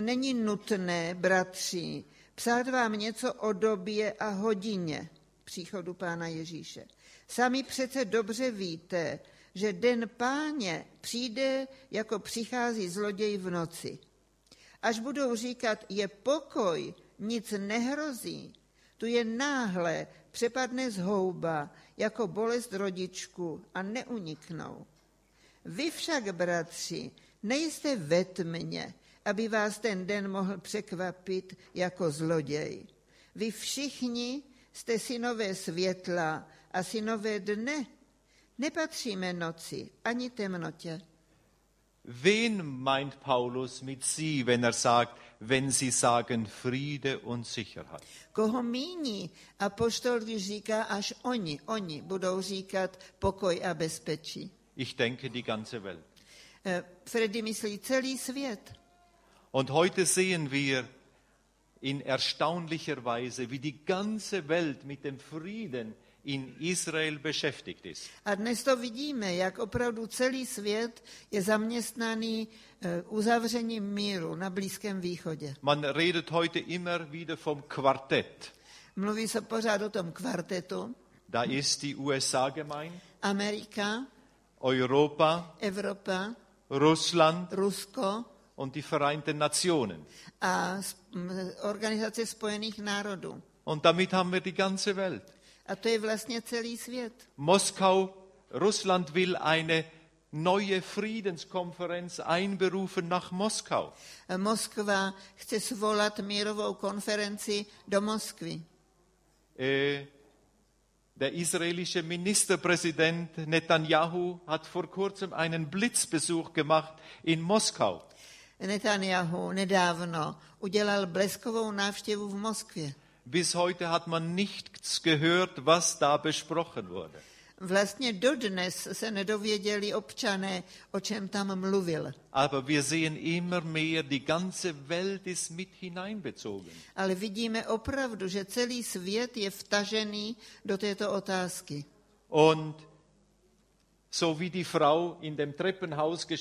Speaker 2: Není nutné, bratři, psát vám něco o době a hodině příchodu Pána Ježíše. Sami přece dobře víte, že den páně přijde, jako přichází zloděj v noci. Až budou říkat, je pokoj, nic nehrozí, tu je náhle přepadne zhouba jako bolest rodičku a neuniknou. Vy však, bratři, nejste ve tmě, aby vás ten den mohl překvapit jako zloděj. Vy všichni jste synové světla a synové dne. Nepatříme noci ani temnotě.
Speaker 1: Wen meint Paulus mit sie, wenn er sagt, wenn sie sagen Friede und Sicherheit?
Speaker 2: Koho míní? A poštol, když říká, až oni, oni budou říkat pokoj a bezpečí.
Speaker 1: Ich denke die ganze Welt.
Speaker 2: Eh, Freddy myslí celý svět.
Speaker 1: Und heute sehen wir in erstaunlicher Weise, wie die ganze Welt mit dem Frieden in Israel beschäftigt ist.
Speaker 2: A dnes to vidíme, jak opravdu celý svět je zaměstnaný eh, uzavřením míru na Blízkém východě.
Speaker 1: Man redet heute immer wieder vom Quartett.
Speaker 2: Mluví se pořád o tom kvartetu
Speaker 1: Da ist die USA gemeint,
Speaker 2: Amerika,
Speaker 1: Europa,
Speaker 2: Evropa,
Speaker 1: Russland
Speaker 2: Rusko
Speaker 1: und die Vereinten Nationen.
Speaker 2: a s- m, Organizace spojených národů.
Speaker 1: Und damit haben wir die ganze Welt.
Speaker 2: A to je vlastně celý svět.
Speaker 1: Moskau, Russland will eine neue Friedenskonferenz einberufen nach Moskau.
Speaker 2: Eh, Moskva chce svolat mírovou konferenci do Moskvy.
Speaker 1: Äh, Der israelische Ministerpräsident Netanyahu hat vor kurzem einen Blitzbesuch gemacht in Moskau.
Speaker 2: Netanyahu nedávno udělal bleskovou návštěvu v Moskvě.
Speaker 1: Bis heute hat man nichts gehört, was da besprochen wurde.
Speaker 2: Vlastně dodnes se nedověděli občané, o čem tam mluvil.
Speaker 1: Aber wir sehen immer mehr, die ganze Welt ist mit hineinbezogen.
Speaker 2: Ale vidíme opravdu, že celý svět je vtažený do této otázky.
Speaker 1: Und so wie die Frau in dem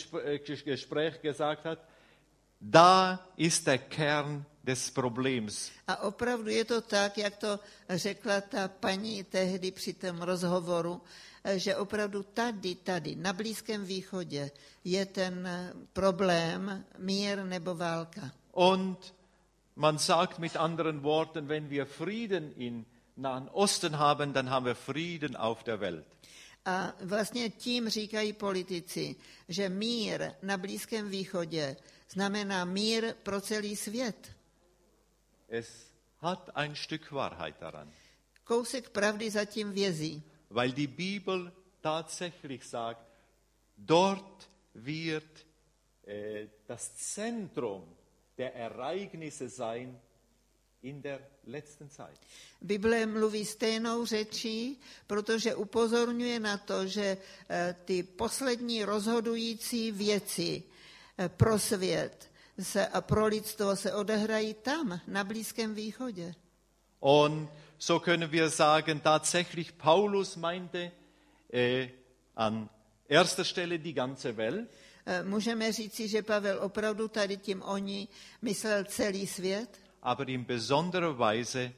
Speaker 1: Treppenhausgespräch gesagt hat, da ist der Kern des Problems.
Speaker 2: A opravdu je to tak, jak to řekla ta paní tehdy při tom rozhovoru, eh, že opravdu tady, tady, na Blízkém východě je ten eh, problém mír nebo válka.
Speaker 1: Und man sagt mit anderen Worten, wenn wir Frieden im Nahen Osten haben, dann haben wir Frieden auf der Welt.
Speaker 2: A vlastně tím říkají politici, že mír na Blízkém východě znamená mír pro celý svět.
Speaker 1: Es hat ein Stück Wahrheit daran,
Speaker 2: Kousek pravdy zatím vězí,
Speaker 1: weil die Bibel tatsächlich sagt, dort wird äh, das Zentrum der Ereignisse sein in der letzten Zeit.
Speaker 2: Bible mluví stejnou řečí, protože upozorňuje na to, že eh, ty poslední rozhodující věci eh, pro svět se a pro lidstvo se odehrají tam, na Blízkém východě.
Speaker 1: Und so können wir sagen, tatsächlich, Paulus meinte äh, an erster Stelle die ganze Welt,
Speaker 2: Eh, Můžeme říci, že Pavel opravdu tady tím oni myslel celý svět,
Speaker 1: aber in besonderer Weise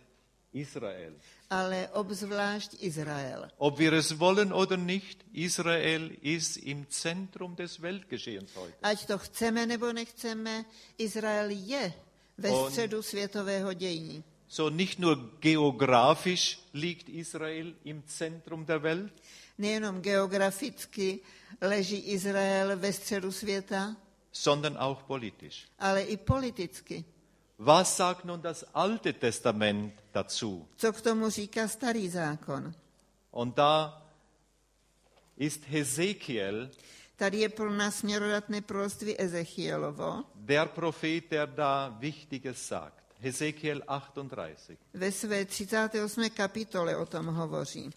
Speaker 1: Israel.
Speaker 2: ale obzvlášť Izrael.
Speaker 1: Ob wir es wollen oder nicht, Israel ist im Zentrum des Weltgeschehens heute.
Speaker 2: Ať to chceme nebo nechceme, Izrael je ve
Speaker 1: On-
Speaker 2: středu světového dějní.
Speaker 1: So nicht nur geografisch liegt Israel im Zentrum der Welt,
Speaker 2: Nejenom geograficky leží Izrael ve středu světa,
Speaker 1: sondern auch politisch.
Speaker 2: ale i politicky.
Speaker 1: Was sagt nun das Alte Testament dazu?
Speaker 2: Co k tomu říká starý zákon?
Speaker 1: Und da ist Hesekiel
Speaker 2: Tady je pro nás směrodatné proroctví Ezechielovo.
Speaker 1: der Prophet, der da Wichtiges sagt. Hesekiel 38.
Speaker 2: Ve své 38. kapitole o tom hovoří.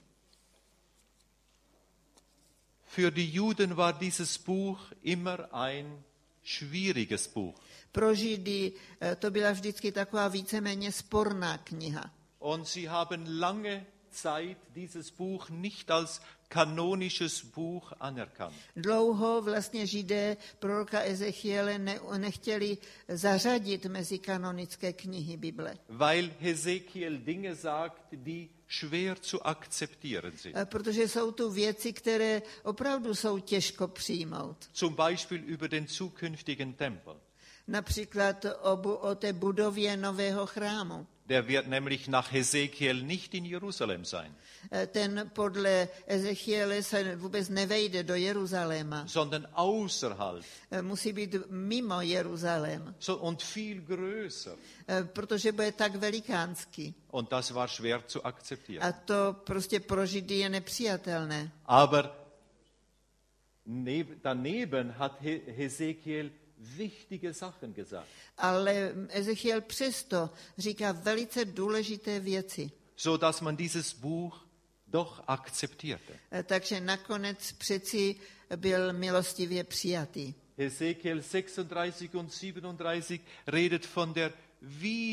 Speaker 1: Für die Juden war dieses Buch immer ein schwieriges Buch.
Speaker 2: Pro Židy eh, to byla vždycky taková víceméně sporná kniha.
Speaker 1: Und sie haben lange Zeit dieses Buch nicht als kanonisches Buch anerkannt.
Speaker 2: Dlouho vlastně židé proroka Ezechiele ne, nechtěli zařadit mezi kanonické knihy Bible,
Speaker 1: weil Hesekiel Dinge sagt, die schwer zu akzeptieren sind.
Speaker 2: Eh, protože jsou tu věci, které opravdu jsou těžko přijmout.
Speaker 1: Zum Beispiel über den zukünftigen Tempel.
Speaker 2: Například o, bu, o té budově nového chrámu.
Speaker 1: Der wird nämlich nach Hesekiel nicht in Jerusalem sein,
Speaker 2: Eh, Ten podle Ezechiele se vůbec nevejde do Jeruzaléma.
Speaker 1: sondern außerhalb
Speaker 2: Eh, Musí být mimo Jeruzalém,
Speaker 1: so, und viel größer.
Speaker 2: eh, protože bude tak velikánský.
Speaker 1: Und das war schwer zu
Speaker 2: A
Speaker 1: akzeptieren.
Speaker 2: to prostě pro Židy je nepřijatelné.
Speaker 1: Aber neb- daneben hat He- Hesekiel wichtige Sachen gesagt.
Speaker 2: Ale Ezechiel přesto říká velice důležité věci.
Speaker 1: so dass man dieses Buch doch akzeptierte.
Speaker 2: Eh, Takže nakonec přeci byl milostivě přijatý.
Speaker 1: Hesekiel 36 und 37 redet von der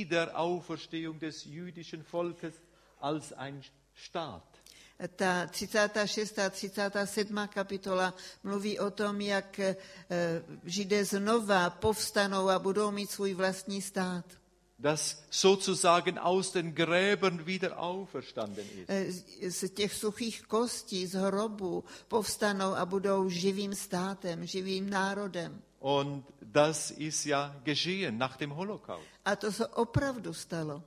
Speaker 1: Wiederauferstehung des jüdischen Volkes als ein Staat.
Speaker 2: Eh, Ta 36. a 37. kapitola mluví o tom, jak eh, židé znova povstanou a budou mít svůj vlastní stát.
Speaker 1: Das sozusagen aus den Gräbern wieder auferstanden ist.
Speaker 2: Eh, z- Z těch suchých kostí, z hrobů povstanou a budou živým státem, živým národem.
Speaker 1: Und das ist ja geschehen nach dem Holocaust.
Speaker 2: A to se opravdu stalo.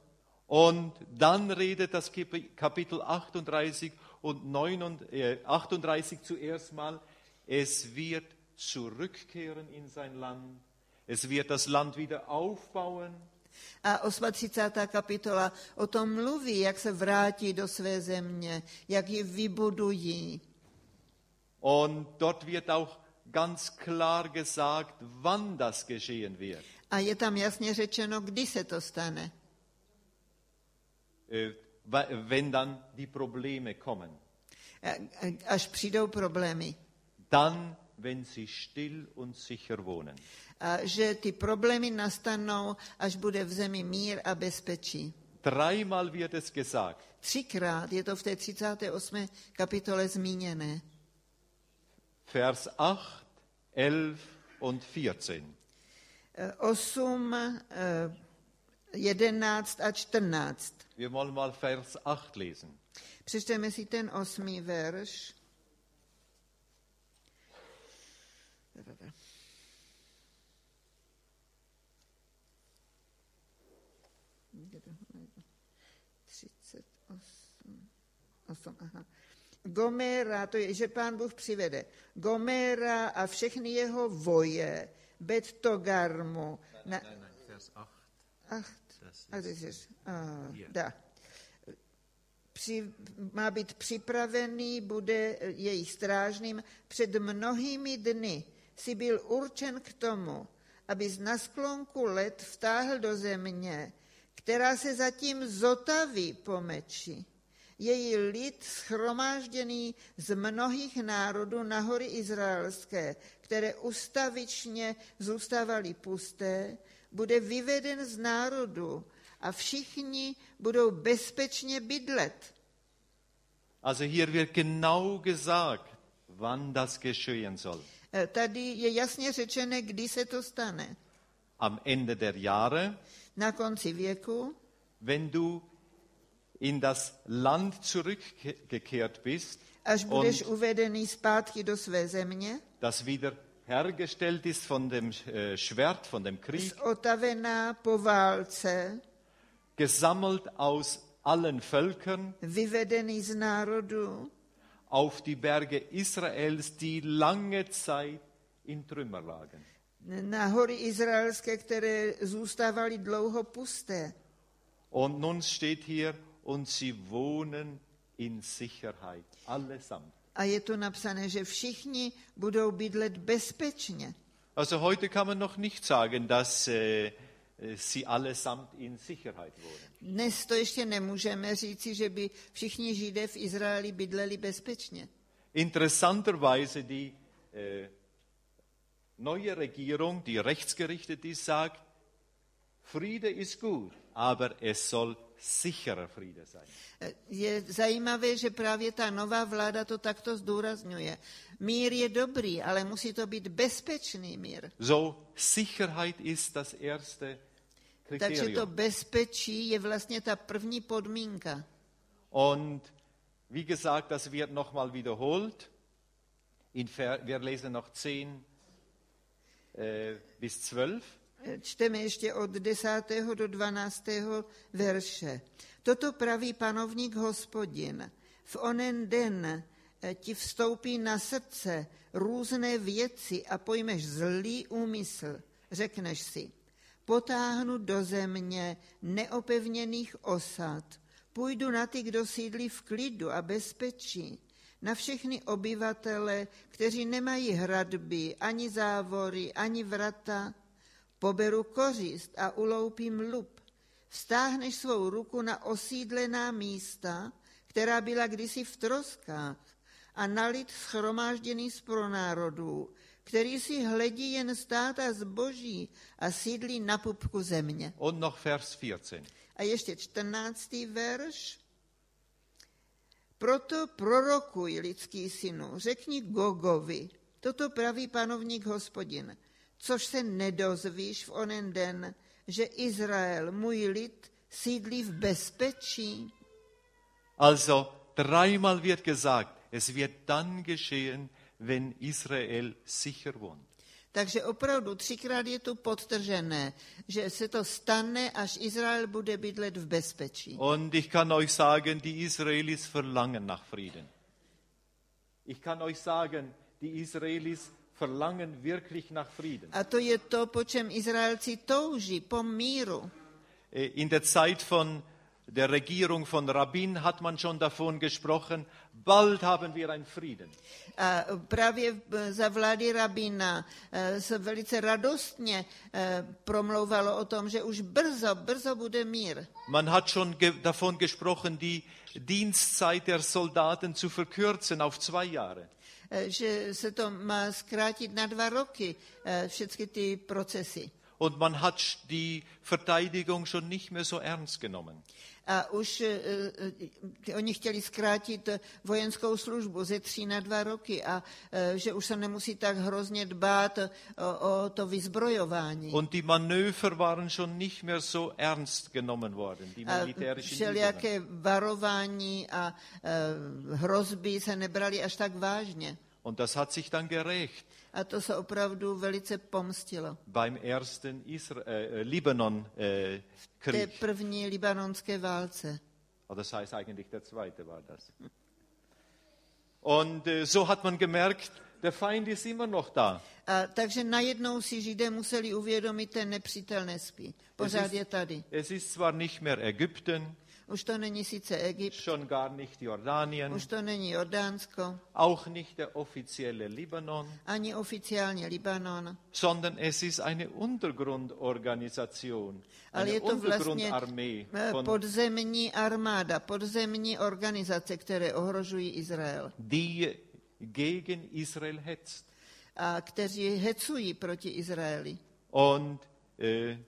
Speaker 1: Und dann redet das Kap- Kapitel 38 und 39, äh, 38 zuerst mal, es wird zurückkehren in sein Land, es wird das Land wieder aufbauen
Speaker 2: A 38. kapitola o tom mluví, jak se vrátí do své země, jak ji vybudují.
Speaker 1: und dort wird auch ganz klar gesagt, wann das geschehen wird.
Speaker 2: A je tam jasně řečeno, kdy se to stane,
Speaker 1: Äh, wa- Wenn dann die Probleme kommen,
Speaker 2: A- a- až přijdou problémy.
Speaker 1: dann, wenn sie still und sicher wohnen.
Speaker 2: A že ty problémy nastanou, až bude v zemi mír a bezpečí.
Speaker 1: Dreimal wird es gesagt.
Speaker 2: Třikrát je to v té 38. kapitole zmíněné.
Speaker 1: Vers 8, 11 und 14.
Speaker 2: Eh, 8, eh, 11 a 14.
Speaker 1: Wir wollen mal Vers 8 lesen.
Speaker 2: Přečteme si ten osmý verš. Kde to najdu? 38. Osm, aha. Gomera, to je, že pán Bůh přivede. Gomera a všechny jeho voje, Bet Togarmu. Na,
Speaker 3: Nein, Vers 8.
Speaker 2: ach,
Speaker 3: Das
Speaker 2: a to je, a,
Speaker 3: Je.
Speaker 2: da. Ah, Při, má být připravený, bude jejich strážným. Před mnohými dny si byl určen k tomu, abys na sklonku let vtáhl do země, která se zatím zotaví po meči. Její lid schromážděný z mnohých národů na hory izraelské, které ustavičně zůstávaly pusté, bude vyveden z národu a všichni budou bezpečně bydlet.
Speaker 1: Also hier wird genau gesagt, wann das geschehen soll.
Speaker 2: Eh, Tady je jasně řečené, kdy se to stane.
Speaker 1: Am Ende der Jahre,
Speaker 2: Na konci věku,
Speaker 1: wenn du in das Land zurückgekehrt bist
Speaker 2: až budeš
Speaker 1: und
Speaker 2: uvedený zpátky do své země,
Speaker 1: das wieder hergestellt ist von dem äh, Schwert, von dem Krieg,
Speaker 2: zotavená po válce,
Speaker 1: gesammelt aus allen Völkern,
Speaker 2: vyvedený z národu,
Speaker 1: auf die Berge Israels, die lange Zeit in Trümmer lagen.
Speaker 2: na hory izraelské, které zůstávaly dlouho pusté.
Speaker 1: Und nun steht hier, und sie wohnen in Sicherheit, allesamt.
Speaker 2: A je tu napsané, že všichni budou bydlet bezpečně.
Speaker 1: Also heute kann man noch nicht sagen, dass äh, äh, sie allesamt in Sicherheit wohnen.
Speaker 2: Dnes to ještě nemůžeme říci, že by všichni židé v Izraeli bydleli bezpečně.
Speaker 1: Interessanterweise die äh, neue Regierung, die rechtsgerichtet ist, sagt, Friede ist gut, aber es soll sicherer Friede sein.
Speaker 2: Eh, Je zajímavé, že právě ta nová vláda to takto zdůrazňuje. Mír je dobrý, ale musí to být bezpečný mír.
Speaker 1: So, Sicherheit ist das erste
Speaker 2: Takže to
Speaker 1: Kriterium.
Speaker 2: bezpečí je vlastně ta první podmínka.
Speaker 1: Und wie gesagt, das wird nochmal wiederholt. In Ver wir lesen noch 10 äh, bis 12.
Speaker 2: Eh, Čteme ještě od 10. do 12. verše. Toto praví panovník hospodin. V onen den eh, ti vstoupí na srdce různé věci a pojmeš zlý úmysl. Řekneš si, potáhnu do země neopevněných osad, půjdu na ty, kdo sídlí v klidu a bezpečí, na všechny obyvatele, kteří nemají hradby, ani závory, ani vrata, Poberu kořist a uloupím lup. Vztáhneš svou ruku na osídlená místa, která byla kdysi v troskách, a na lid schromážděný z pronárodů, který si hledí jen stát a zboží a sídlí na pupku země.
Speaker 1: Und noch Vers 14.
Speaker 2: A ještě čtrnáctý verš. Proto prorokuj, lidský synu, řekni Gogovi, toto praví panovník hospodin, což se nedozvíš v onen den, že Izrael, můj lid, sídlí v bezpečí.
Speaker 1: Also dreimal wird gesagt, es wird dann geschehen, wenn Israel sicher wohnt.
Speaker 2: Takže opravdu třikrát je tu podtržené, že se to stane, až Izrael bude bydlet v bezpečí.
Speaker 1: Und ich kann euch sagen, die Israelis verlangen nach Frieden. Ich kann euch sagen, die Israelis verlangen wirklich nach Frieden.
Speaker 2: A to je to, po čem Izraelci touží, po míru.
Speaker 1: Äh, In der Zeit von der Regierung von Rabin hat man schon davon gesprochen, bald haben wir einen Frieden.
Speaker 2: A právě eh, za vlády Rabina eh, se velice radostně eh, promlouvalo o tom, že už brzo, brzo bude mír.
Speaker 1: Man hat schon ge davon gesprochen, die Dienstzeit der Soldaten zu verkürzen auf zwei Jahre.
Speaker 2: Eh, Že se to má zkrátit na dva roky, eh, všechny ty procesy.
Speaker 1: Und man hat sch- die Verteidigung schon nicht mehr so ernst genommen.
Speaker 2: A už eh, eh, oni chtěli zkrátit vojenskou službu ze tří na dva roky a eh, že už se nemusí tak hrozně dbát o, o to vyzbrojování.
Speaker 1: Und die Manöver waren schon nicht mehr so ernst genommen worden, die
Speaker 2: A
Speaker 1: militärischen Übungen.
Speaker 2: Všelijaké varování a eh, hrozby se nebrali až tak vážně.
Speaker 1: Und das hat sich dann gerecht
Speaker 2: A to se opravdu velice pomstilo.
Speaker 1: beim ersten Isra äh, Libanon-Krieg.
Speaker 2: V té první libanonské válce.
Speaker 1: Aber Oh, das heißt eigentlich, der zweite war das. Und äh, so hat man gemerkt, der Feind ist immer noch da.
Speaker 2: A, takže najednou si Židé museli uvědomit, ten nepřítel nespí. Pořád je tady.
Speaker 1: Es ist zwar nicht mehr Ägypten,
Speaker 2: Už to není sice Egypt,
Speaker 1: schon gar nicht Jordanien,
Speaker 2: už to není Jordánsko,
Speaker 1: auch nicht der offizielle Libanon,
Speaker 2: ani oficiálně Libanon,
Speaker 1: sondern es ist eine Untergrundorganisation,
Speaker 2: ale
Speaker 1: eine
Speaker 2: je to vlastně
Speaker 1: Untergrundarmee
Speaker 2: eh,
Speaker 1: von
Speaker 2: podzemní armáda, podzemní organizace, které ohrožují Izrael.
Speaker 1: die gegen Israel hetzt.
Speaker 2: a kteří hecují proti Izraeli.
Speaker 1: Und äh,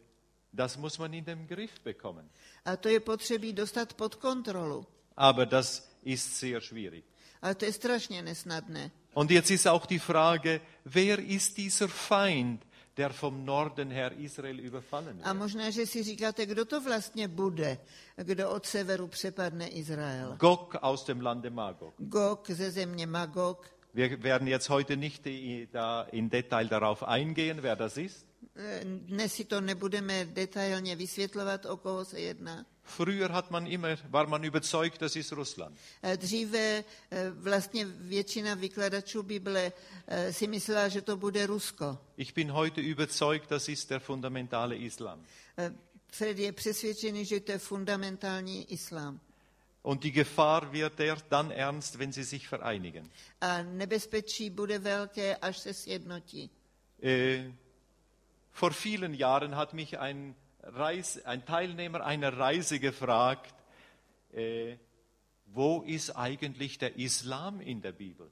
Speaker 1: das muss man in den Griff bekommen.
Speaker 2: A to je potřebí dostat pod kontrolu.
Speaker 1: Aber das ist sehr schwierig.
Speaker 2: Ale to je strašně nesnadné.
Speaker 1: Und jetzt ist auch die Frage, wer ist dieser Feind, der vom Norden her Israel überfallen
Speaker 2: A
Speaker 1: wird?
Speaker 2: možná, že si říkáte, kdo to vlastně bude, kdo od severu přepadne Izrael.
Speaker 1: Gog aus dem Lande Magog.
Speaker 2: Gog ze země Magog.
Speaker 1: Wir werden jetzt heute nicht i- da im Detail darauf eingehen, wer das ist.
Speaker 2: Eh, Dnes si to nebudeme detailně vysvětlovat, o koho se jedná.
Speaker 1: Früher hat man immer, war man überzeugt, das ist Russland.
Speaker 2: Eh, Dříve eh, vlastně většina vykladačů Bible eh, si myslela, že to bude Rusko.
Speaker 1: Ich bin heute überzeugt, das ist der fundamentale Islam.
Speaker 2: Eh, Fred je přesvědčený, že to je fundamentální islám.
Speaker 1: Und die Gefahr wird erst dann ernst, wenn sie sich vereinigen.
Speaker 2: A nebezpečí bude velké, až se sjednotí.
Speaker 1: Äh, vor vielen Jahren hat mich ein äh, Reise, ein Teilnehmer einer Reise gefragt, äh, wo ist eigentlich der Islam in der Bibel?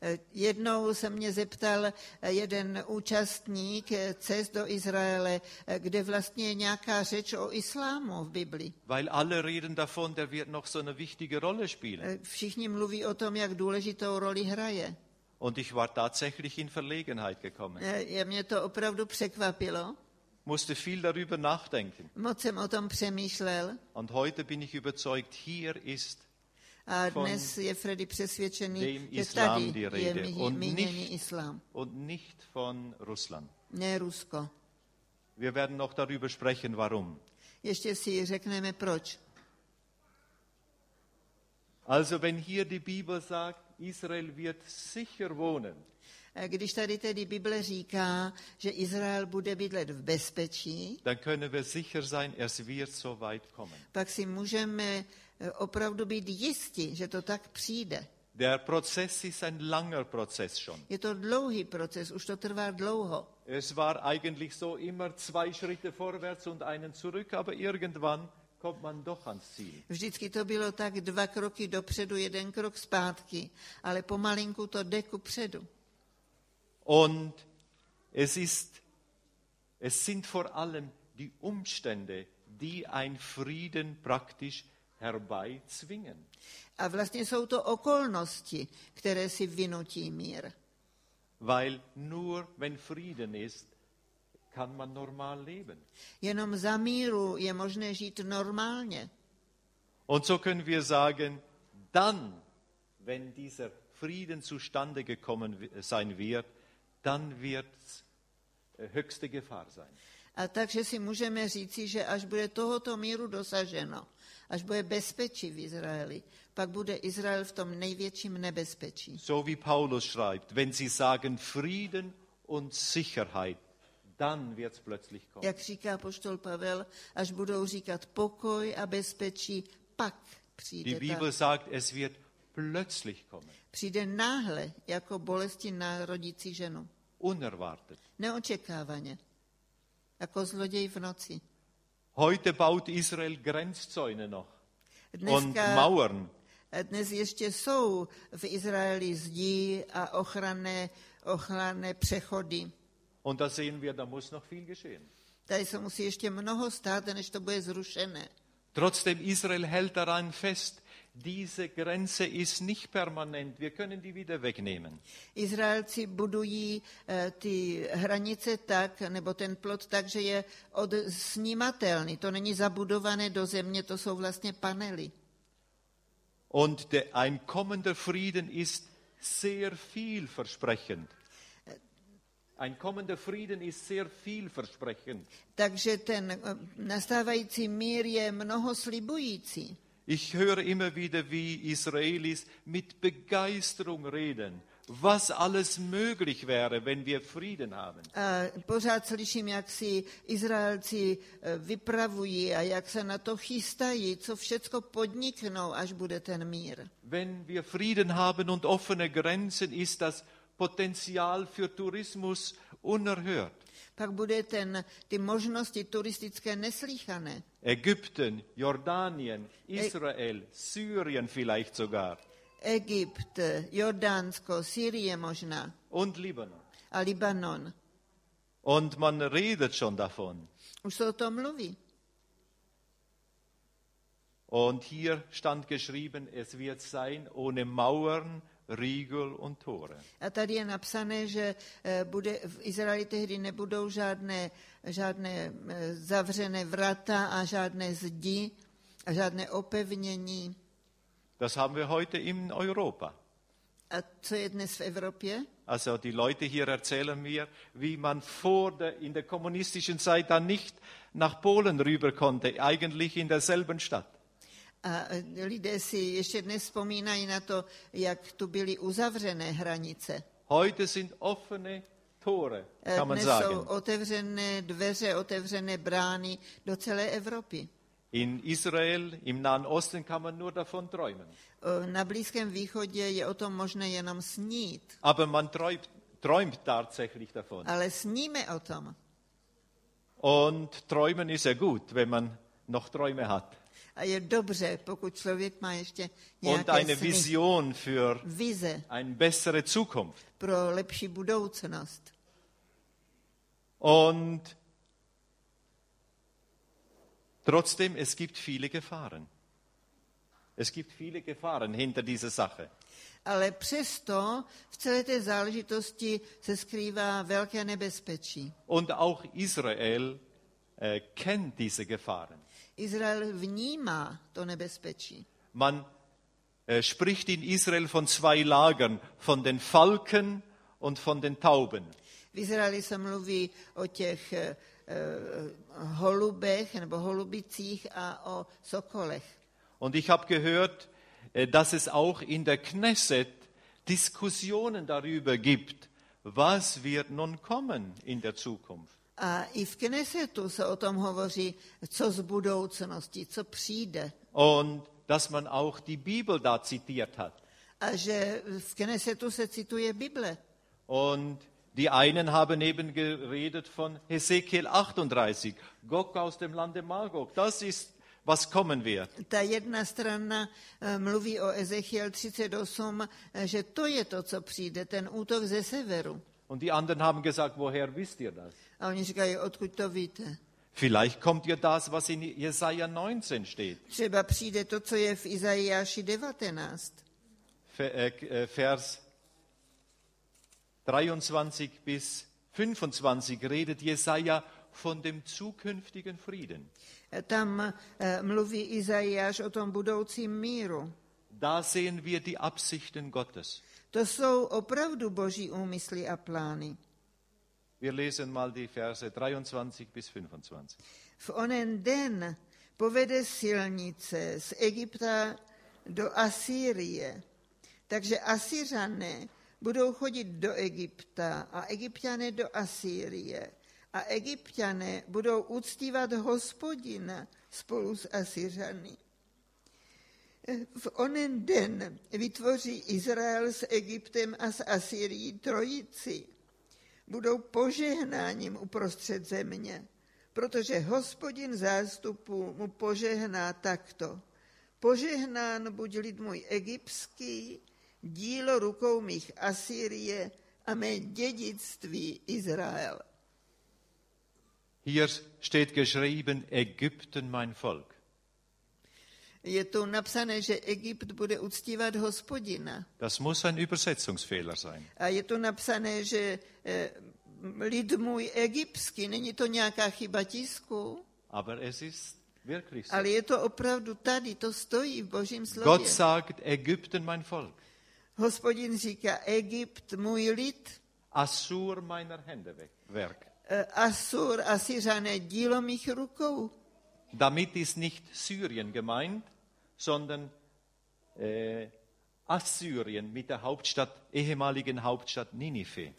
Speaker 2: Eh, Jednou se mě zeptal eh, jeden účastník eh, cest do Izraele, eh, kde vlastně je nějaká řeč o islámu v Biblii.
Speaker 1: Weil alle reden davon, der wird noch so eine wichtige Rolle spielen.
Speaker 2: Eh, Všichni mluví o tom, jak důležitou roli hraje.
Speaker 1: Und ich war tatsächlich in Verlegenheit gekommen,
Speaker 2: Eh, Je mě to opravdu překvapilo.
Speaker 1: musste viel darüber nachdenken.
Speaker 2: Moc jsem o tom přemýšlel
Speaker 1: Und heute bin ich überzeugt, hier ist
Speaker 2: a
Speaker 1: Von
Speaker 2: dnes je Freddy přesvědčený,
Speaker 1: dem
Speaker 2: že
Speaker 1: Islám
Speaker 2: tady
Speaker 1: die
Speaker 2: je
Speaker 1: Rede
Speaker 2: mi-
Speaker 1: und
Speaker 2: míněný
Speaker 1: nicht-
Speaker 2: islám,
Speaker 1: und nicht von Russland.
Speaker 2: ne Rusko.
Speaker 1: Wir werden noch darüber sprechen, warum.
Speaker 2: Ještě si řekneme proč.
Speaker 1: Also wenn hier die Bibel sagt, Israel wird sicher wohnen,
Speaker 2: Eh, Když tady tedy Bible říká, že Izrael bude bydlet v bezpečí,
Speaker 1: dann können wir sicher sein, es wird so weit kommen.
Speaker 2: pak si můžeme eh, opravdu být jisti, že to tak přijde.
Speaker 1: Der Prozess ist ein langer Prozess schon.
Speaker 2: Je to dlouhý proces, už to trvá dlouho.
Speaker 1: Es war eigentlich so immer zwei Schritte vorwärts und einen zurück, aber irgendwann kommt man doch ans Ziel.
Speaker 2: Vždycky to bylo tak dva kroky dopředu, jeden krok zpátky, ale pomalinku to jde ku předu.
Speaker 1: Und es, ist, es sind vor allem die Umstände, die einen Frieden praktisch herbeizwingen.
Speaker 2: A vlastně jsou to okolnosti, které si vynutí mír.
Speaker 1: Weil nur wenn Frieden ist, kann man normal leben.
Speaker 2: Jenom za míru je možné žít normálně.
Speaker 1: Und so können wir sagen, dann, wenn dieser Frieden zustande gekommen wi- sein wird, dann wird es höchste Gefahr sein.
Speaker 2: A takže si můžeme říci, že až bude tohoto míru dosaženo, až bude bezpečí v Izraeli, pak bude Izrael v tom největším nebezpečí.
Speaker 1: So wie Paulus schreibt, wenn sie sagen Frieden und Sicherheit, dann wird es plötzlich kommen.
Speaker 2: Jak říká poštol Pavel, až budou říkat pokoj a bezpečí, pak
Speaker 1: Die
Speaker 2: přijde, ta,
Speaker 1: Bibel sagt, es wird plötzlich kommen,
Speaker 2: přijde náhle jako bolesti narodící ženu.
Speaker 1: unerwartet.
Speaker 2: Neočekávaně. Jako zloděj v noci.
Speaker 1: Heute baut Israel Grenzzäune noch und
Speaker 2: Dneska,
Speaker 1: Mauern.
Speaker 2: dnes ještě jsou v Izraeli zdí a ochranné, ochranné přechody.
Speaker 1: Und da sehen wir, da muss noch viel geschehen.
Speaker 2: Tady se musí ještě mnoho stát, než to bude zrušené.
Speaker 1: Trotzdem, Israel hält daran fest, diese Grenze ist nicht permanent, wir können die wieder wegnehmen.
Speaker 2: Izraelci budují eh, ty hranice tak, nebo ten plot tak, že je od, snímatelný. To není zabudované do země, to jsou vlastně panely.
Speaker 1: Und der, ein kommender Frieden ist sehr vielversprechend. Ein kommender Frieden ist sehr vielversprechend.
Speaker 2: Takže ten eh, nastávající mír je mnoho slibující.
Speaker 1: Ich höre immer wieder, wie Israelis mit Begeisterung reden, was alles möglich wäre, wenn wir Frieden haben.
Speaker 2: A pořád slyším, jak si Izraelci eh, vypravují a jak se na to chystají, co všecko podniknou, až bude ten mír.
Speaker 1: Wenn wir Frieden haben und offene Grenzen, ist das Potenzial für Tourismus unerhört.
Speaker 2: Pak bude ten, ty možnosti turistické neslíchané.
Speaker 1: Ägypten, Jordanien, Israel, Syrien vielleicht sogar
Speaker 2: Egypt, Jordánsko, Syrie možná
Speaker 1: und Libanon.
Speaker 2: a Libanon.
Speaker 1: Und man redet schon davon.
Speaker 2: Už se o tom mluví.
Speaker 1: Und hier stand geschrieben, es wird sein ohne Mauern, Riegel und Tore.
Speaker 2: A tady je napsané, že eh, bude, v Izraeli tehdy nebudou žádné, žádné eh, zavřené vrata a žádné zdi a žádné opevnění.
Speaker 1: Das haben wir heute in Europa.
Speaker 2: A co je dnes v Evropě?
Speaker 1: Also die Leute hier erzählen mir, wie man vor der, in der kommunistischen Zeit dann nicht nach Polen rüber konnte, eigentlich in derselben Stadt.
Speaker 2: A eh, lidé si ještě dnes vzpomínají na to, jak tu byly uzavřené hranice.
Speaker 1: Heute sind offene Tore,
Speaker 2: Eh,
Speaker 1: kann man
Speaker 2: Dnes jsou
Speaker 1: sagen.
Speaker 2: otevřené dveře, otevřené brány do celé Evropy.
Speaker 1: In Israel, im Nahen Osten kann man nur davon träumen.
Speaker 2: Eh, Na Blízkém východě je o tom možné jenom snít,
Speaker 1: Aber man träumt, träumt tatsächlich davon.
Speaker 2: ale sníme o tom.
Speaker 1: Und träumen ist ja gut, wenn man noch Träume hat.
Speaker 2: A je dobře, pokud člověk má ještě
Speaker 1: Und
Speaker 2: nějaké
Speaker 1: eine
Speaker 2: sny,
Speaker 1: Vision für
Speaker 2: vize
Speaker 1: eine bessere Zukunft.
Speaker 2: pro lepší budoucnost.
Speaker 1: Und trotzdem, es gibt viele Gefahren. Es gibt viele Gefahren hinter dieser Sache.
Speaker 2: Ale přesto v celé té záležitosti se skrývá velké nebezpečí.
Speaker 1: Und auch Israel äh, kennt diese Gefahren.
Speaker 2: Izrael vnímá to nebezpečí.
Speaker 1: Man äh, spricht in Israel von zwei Lagern, von den Falken und von den Tauben.
Speaker 2: V Izraeli se mluví o těch eh, eh, holubech nebo holubicích a o sokolech.
Speaker 1: Und ich habe gehört, äh, dass es auch in der Knesset Diskussionen darüber gibt, was wird nun kommen in der Zukunft.
Speaker 2: A i v Knesetu se o tom hovoří, co z budoucnosti, co přijde.
Speaker 1: Und dass man auch die Bibel da zitiert hat.
Speaker 2: A že v Knesetu se cituje Bible.
Speaker 1: Und die einen haben eben geredet von Hesekiel 38, Gog aus dem Lande Magog. Das ist, was kommen wird.
Speaker 2: Ta jedna strana eh, mluví o Ezechiel 38, eh, že to je to, co přijde, ten útok ze severu.
Speaker 1: Und die anderen haben gesagt, woher wisst ihr das?
Speaker 2: A oni říkají, odkud to víte.
Speaker 1: Vielleicht kommt ihr das, was in Jesaja 19 steht,
Speaker 2: Třeba přijde to, co je v Izajáši 19,
Speaker 1: Ver- äh, äh, Vers 23 bis 25 redet Jesaja von dem zukünftigen Frieden.
Speaker 2: Eh, Tam eh, mluví Izajáš o tom budoucím míru.
Speaker 1: Da sehen wir die Absichten Gottes.
Speaker 2: To jsou opravdu boží úmysly a plány.
Speaker 1: Wir lesen mal die Verse 23 bis 25.
Speaker 2: V onen den povede silnice z Egypta do Asýrie. Takže Asýřané budou chodit do Egypta a Egyptiané do Asýrie. A Egyptiané budou uctívat hospodina spolu s Asýřany. V onen den vytvoří Izrael s Egyptem a s Asýrií trojici budou požehnáním uprostřed země, protože hospodin zástupů mu požehná takto. Požehnán buď lid můj egyptský, dílo rukou mých Asýrie a mé dědictví Izrael.
Speaker 1: Hier steht geschrieben, Ägypten mein Volk.
Speaker 2: Je tu napsané, že Egypt bude uctívat hospodina.
Speaker 1: Das muss ein Übersetzungsfehler sein.
Speaker 2: A je tu napsané, že eh, lid můj egyptský, není to nějaká chyba tisku,
Speaker 1: Aber es ist wirklich so.
Speaker 2: ale je to opravdu tady, to stojí v božím slově.
Speaker 1: Gott sagt, Ägypten mein Volk,
Speaker 2: Hospodin říká, Egypt, můj lid,
Speaker 1: Assur meiner Hände weg- Werk.
Speaker 2: eh, Asur, Asiřané, dílo mých rukou.
Speaker 1: Damit ist nicht Syrien gemeint, sondern äh, Assyrien mit der Hauptstadt, ehemaligen Hauptstadt Ninive.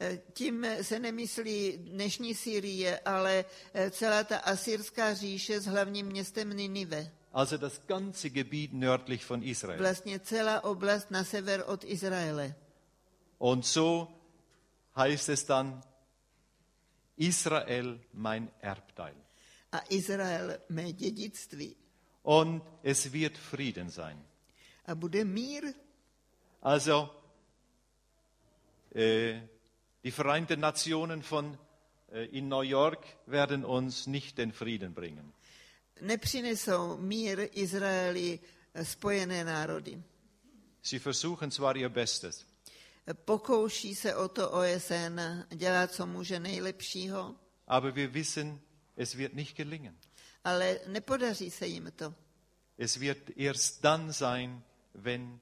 Speaker 2: Eh, Tím eh, se nemyslí dnešní Syrie, ale eh, celá ta asýrská říše s hlavním městem Ninive.
Speaker 1: Also das ganze Gebiet nördlich von Israel.
Speaker 2: Vlastně celá oblast na sever od Izraele.
Speaker 1: Und so heißt es dann, Israel mein Erbteil.
Speaker 2: A Izrael mé dědictví.
Speaker 1: Und es wird Frieden sein.
Speaker 2: A bude mír.
Speaker 1: Also äh, die Vereinten Nationen von, äh, in New York werden uns nicht den Frieden bringen.
Speaker 2: Nepřinesou mír Izraeli eh, spojené národy.
Speaker 1: Sie versuchen zwar ihr Bestes,
Speaker 2: Eh, Pokouší se o to OSN, dělá, co může nejlepšího,
Speaker 1: aber wir wissen, es wird nicht gelingen.
Speaker 2: ale nepodaří se jim to.
Speaker 1: Es wird erst dann sein, wenn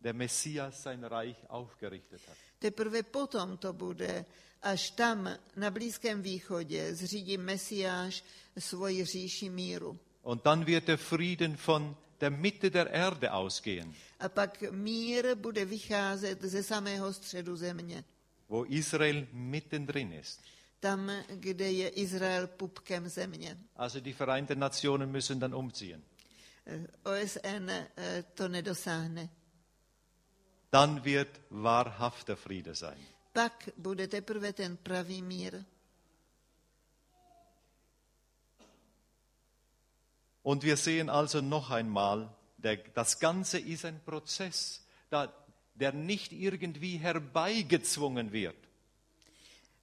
Speaker 1: der Messias sein Reich aufgerichtet hat.
Speaker 2: Teprve potom to bude, až tam na Blízkém východě zřídí Mesiáš svoji říši míru.
Speaker 1: Und dann wird der Frieden von der Mitte der Erde ausgehen,
Speaker 2: A pak mír bude vycházet ze samého středu země,
Speaker 1: wo Israel mittendrin ist.
Speaker 2: tam, kde je Izrael pupkem země.
Speaker 1: Also die Vereinten Nationen müssen dann umziehen.
Speaker 2: Eh, OSN eh, to nedosáhne.
Speaker 1: Dann wird wahrhafter Friede sein.
Speaker 2: Pak bude teprve ten pravý mír.
Speaker 1: Und wir sehen also noch einmal, der, das Ganze ist ein Prozess, da, der nicht irgendwie herbeigezwungen wird.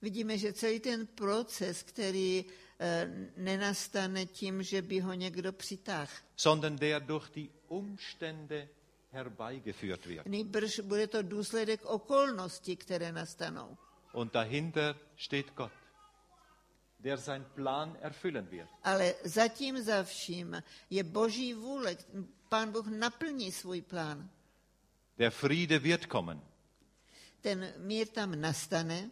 Speaker 2: Vidíme, že celý ten proces, který eh, nenastane tím, že by ho někdo přitáhl.
Speaker 1: sondern der durch die Umstände herbeigeführt wird.
Speaker 2: Nejbrž bude to důsledek okolností, které nastanou.
Speaker 1: Und dahinter steht Gott, der seinen Plan erfüllen wird.
Speaker 2: Ale zatím za vším je boží vůle. Pán Bůh naplní svůj plán.
Speaker 1: Der Friede wird kommen,
Speaker 2: Ten mír tam nastane,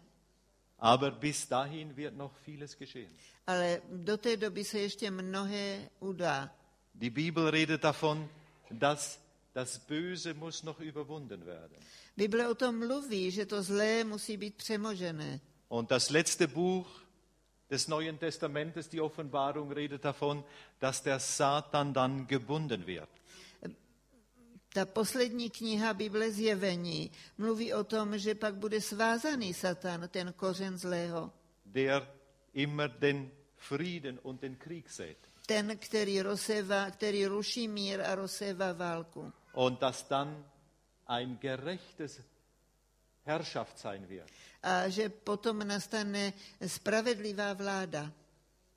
Speaker 1: aber bis dahin wird noch vieles geschehen.
Speaker 2: ale do té doby se ještě mnohé udá.
Speaker 1: Die Bibel redet davon, dass das Böse muss noch überwunden werden.
Speaker 2: Bible o tom mluví, že to zlé musí být přemožené.
Speaker 1: Und das letzte Buch des Neuen Testamentes, die Offenbarung, redet davon, dass der Satan dann gebunden wird.
Speaker 2: Ta poslední kniha Bible zjevení mluví o tom, že pak bude svázaný Satan, ten kořen zlého.
Speaker 1: der immer den Frieden und den Krieg sät.
Speaker 2: Ten, který, rozsevá, který ruší mír a rozsévá válku.
Speaker 1: Und dass dann ein gerechtes Herrschaft sein wird.
Speaker 2: A že potom nastane spravedlivá vláda.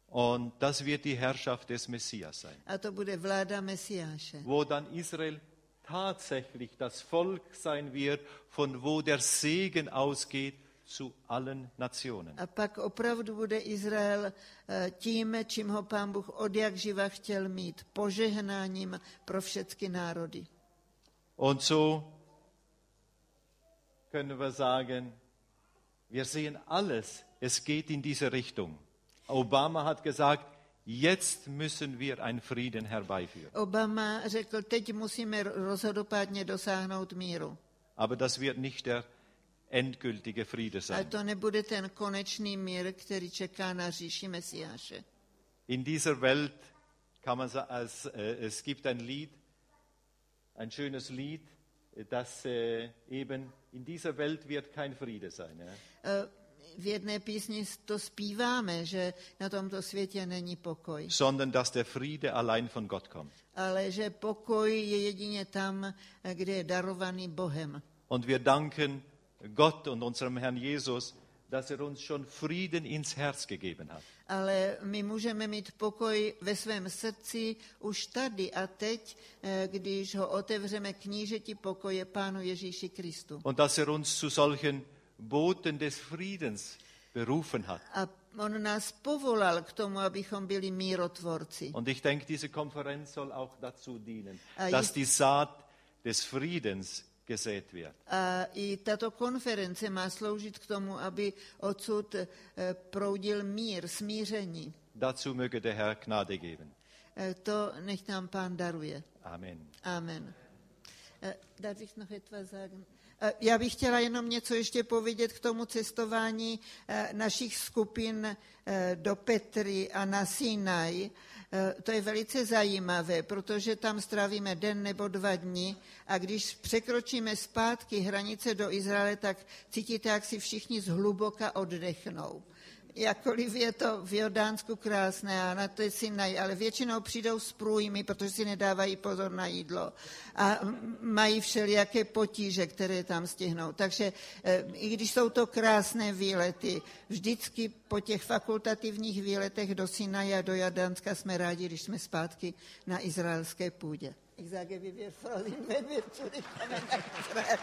Speaker 1: Und das wird die Herrschaft des Messias sein,
Speaker 2: A to bude vláda Mesiáše.
Speaker 1: wo dann Israel tatsächlich das Volk sein wird, von wo der Segen ausgeht zu allen Nationen.
Speaker 2: A pak opravdu bude Izrael eh, tím, čím ho pán Bůh od jak živa chtěl mít, požehnáním pro všechny národy.
Speaker 1: Und so können wir sagen, wir sehen alles, es geht in diese Richtung. Obama hat gesagt, jetzt müssen wir einen Frieden herbeiführen.
Speaker 2: Obama řekl, teď musíme rozhodopádně dosáhnout míru.
Speaker 1: Aber das wird nicht der endgültige Friede
Speaker 2: Ale
Speaker 1: sein.
Speaker 2: to nebude ten konečný mír, který čeká na říši Mesiáše. E,
Speaker 1: In dieser Welt kann man sagen, es, äh, es gibt ein Lied, ein schönes Lied, das äh, eben in dieser Welt wird kein Friede sein. Ja?
Speaker 2: Eh, V jedné písni to zpíváme, že na tomto světě není pokoj,
Speaker 1: sondern dass der Friede allein von Gott kommt.
Speaker 2: ale že pokoj je jedině tam, eh, kde je darovaný Bohem.
Speaker 1: Und wir danken Gott und unserem Herrn Jesus, dass er uns schon Frieden ins Herz gegeben hat.
Speaker 2: Ale my můžeme mít pokoj ve svém srdci už tady a teď, eh, když ho otevřeme knížeti pokoje Pánu Ježíši Kristu.
Speaker 1: Und dass er uns zu solchen Boten des Friedens berufen hat.
Speaker 2: A on nás povolal k tomu, abychom byli mírotvorci.
Speaker 1: Und ich denke, diese Konferenz soll auch dazu dienen,
Speaker 2: Ah,
Speaker 1: dass
Speaker 2: ich-
Speaker 1: die Saat des Friedens gesät wird.
Speaker 2: A i tato konference má sloužit k tomu, aby odsud eh, proudil mír, smíření.
Speaker 1: Dazu möge der Herr Gnade geben.
Speaker 2: Eh, To nech nám pán daruje.
Speaker 1: Amen.
Speaker 2: Amen. Eh, Darf ich noch etwas sagen? Eh, Já bych chtěla jenom něco ještě povědět k tomu cestování eh, našich skupin eh, do Petry a na Sinaj. Eh, To je velice zajímavé, protože tam strávíme den nebo dva dny a když překročíme zpátky hranice do Izraele, tak cítíte, jak si všichni zhluboka oddechnou. Jakkoliv je to v Jordánsku krásné a na té Sinaj, ale většinou přijdou s průjmy, protože si nedávají pozor na jídlo a m- mají všelijaké potíže, které tam stihnou. Takže eh, i když jsou to krásné výlety, vždycky po těch fakultativních výletech do Sinaja a do Jordánska jsme rádi, když jsme zpátky na izraelské půdě. Ich sage, wie wir froh sind, wenn wir zurückkommen nach Israel.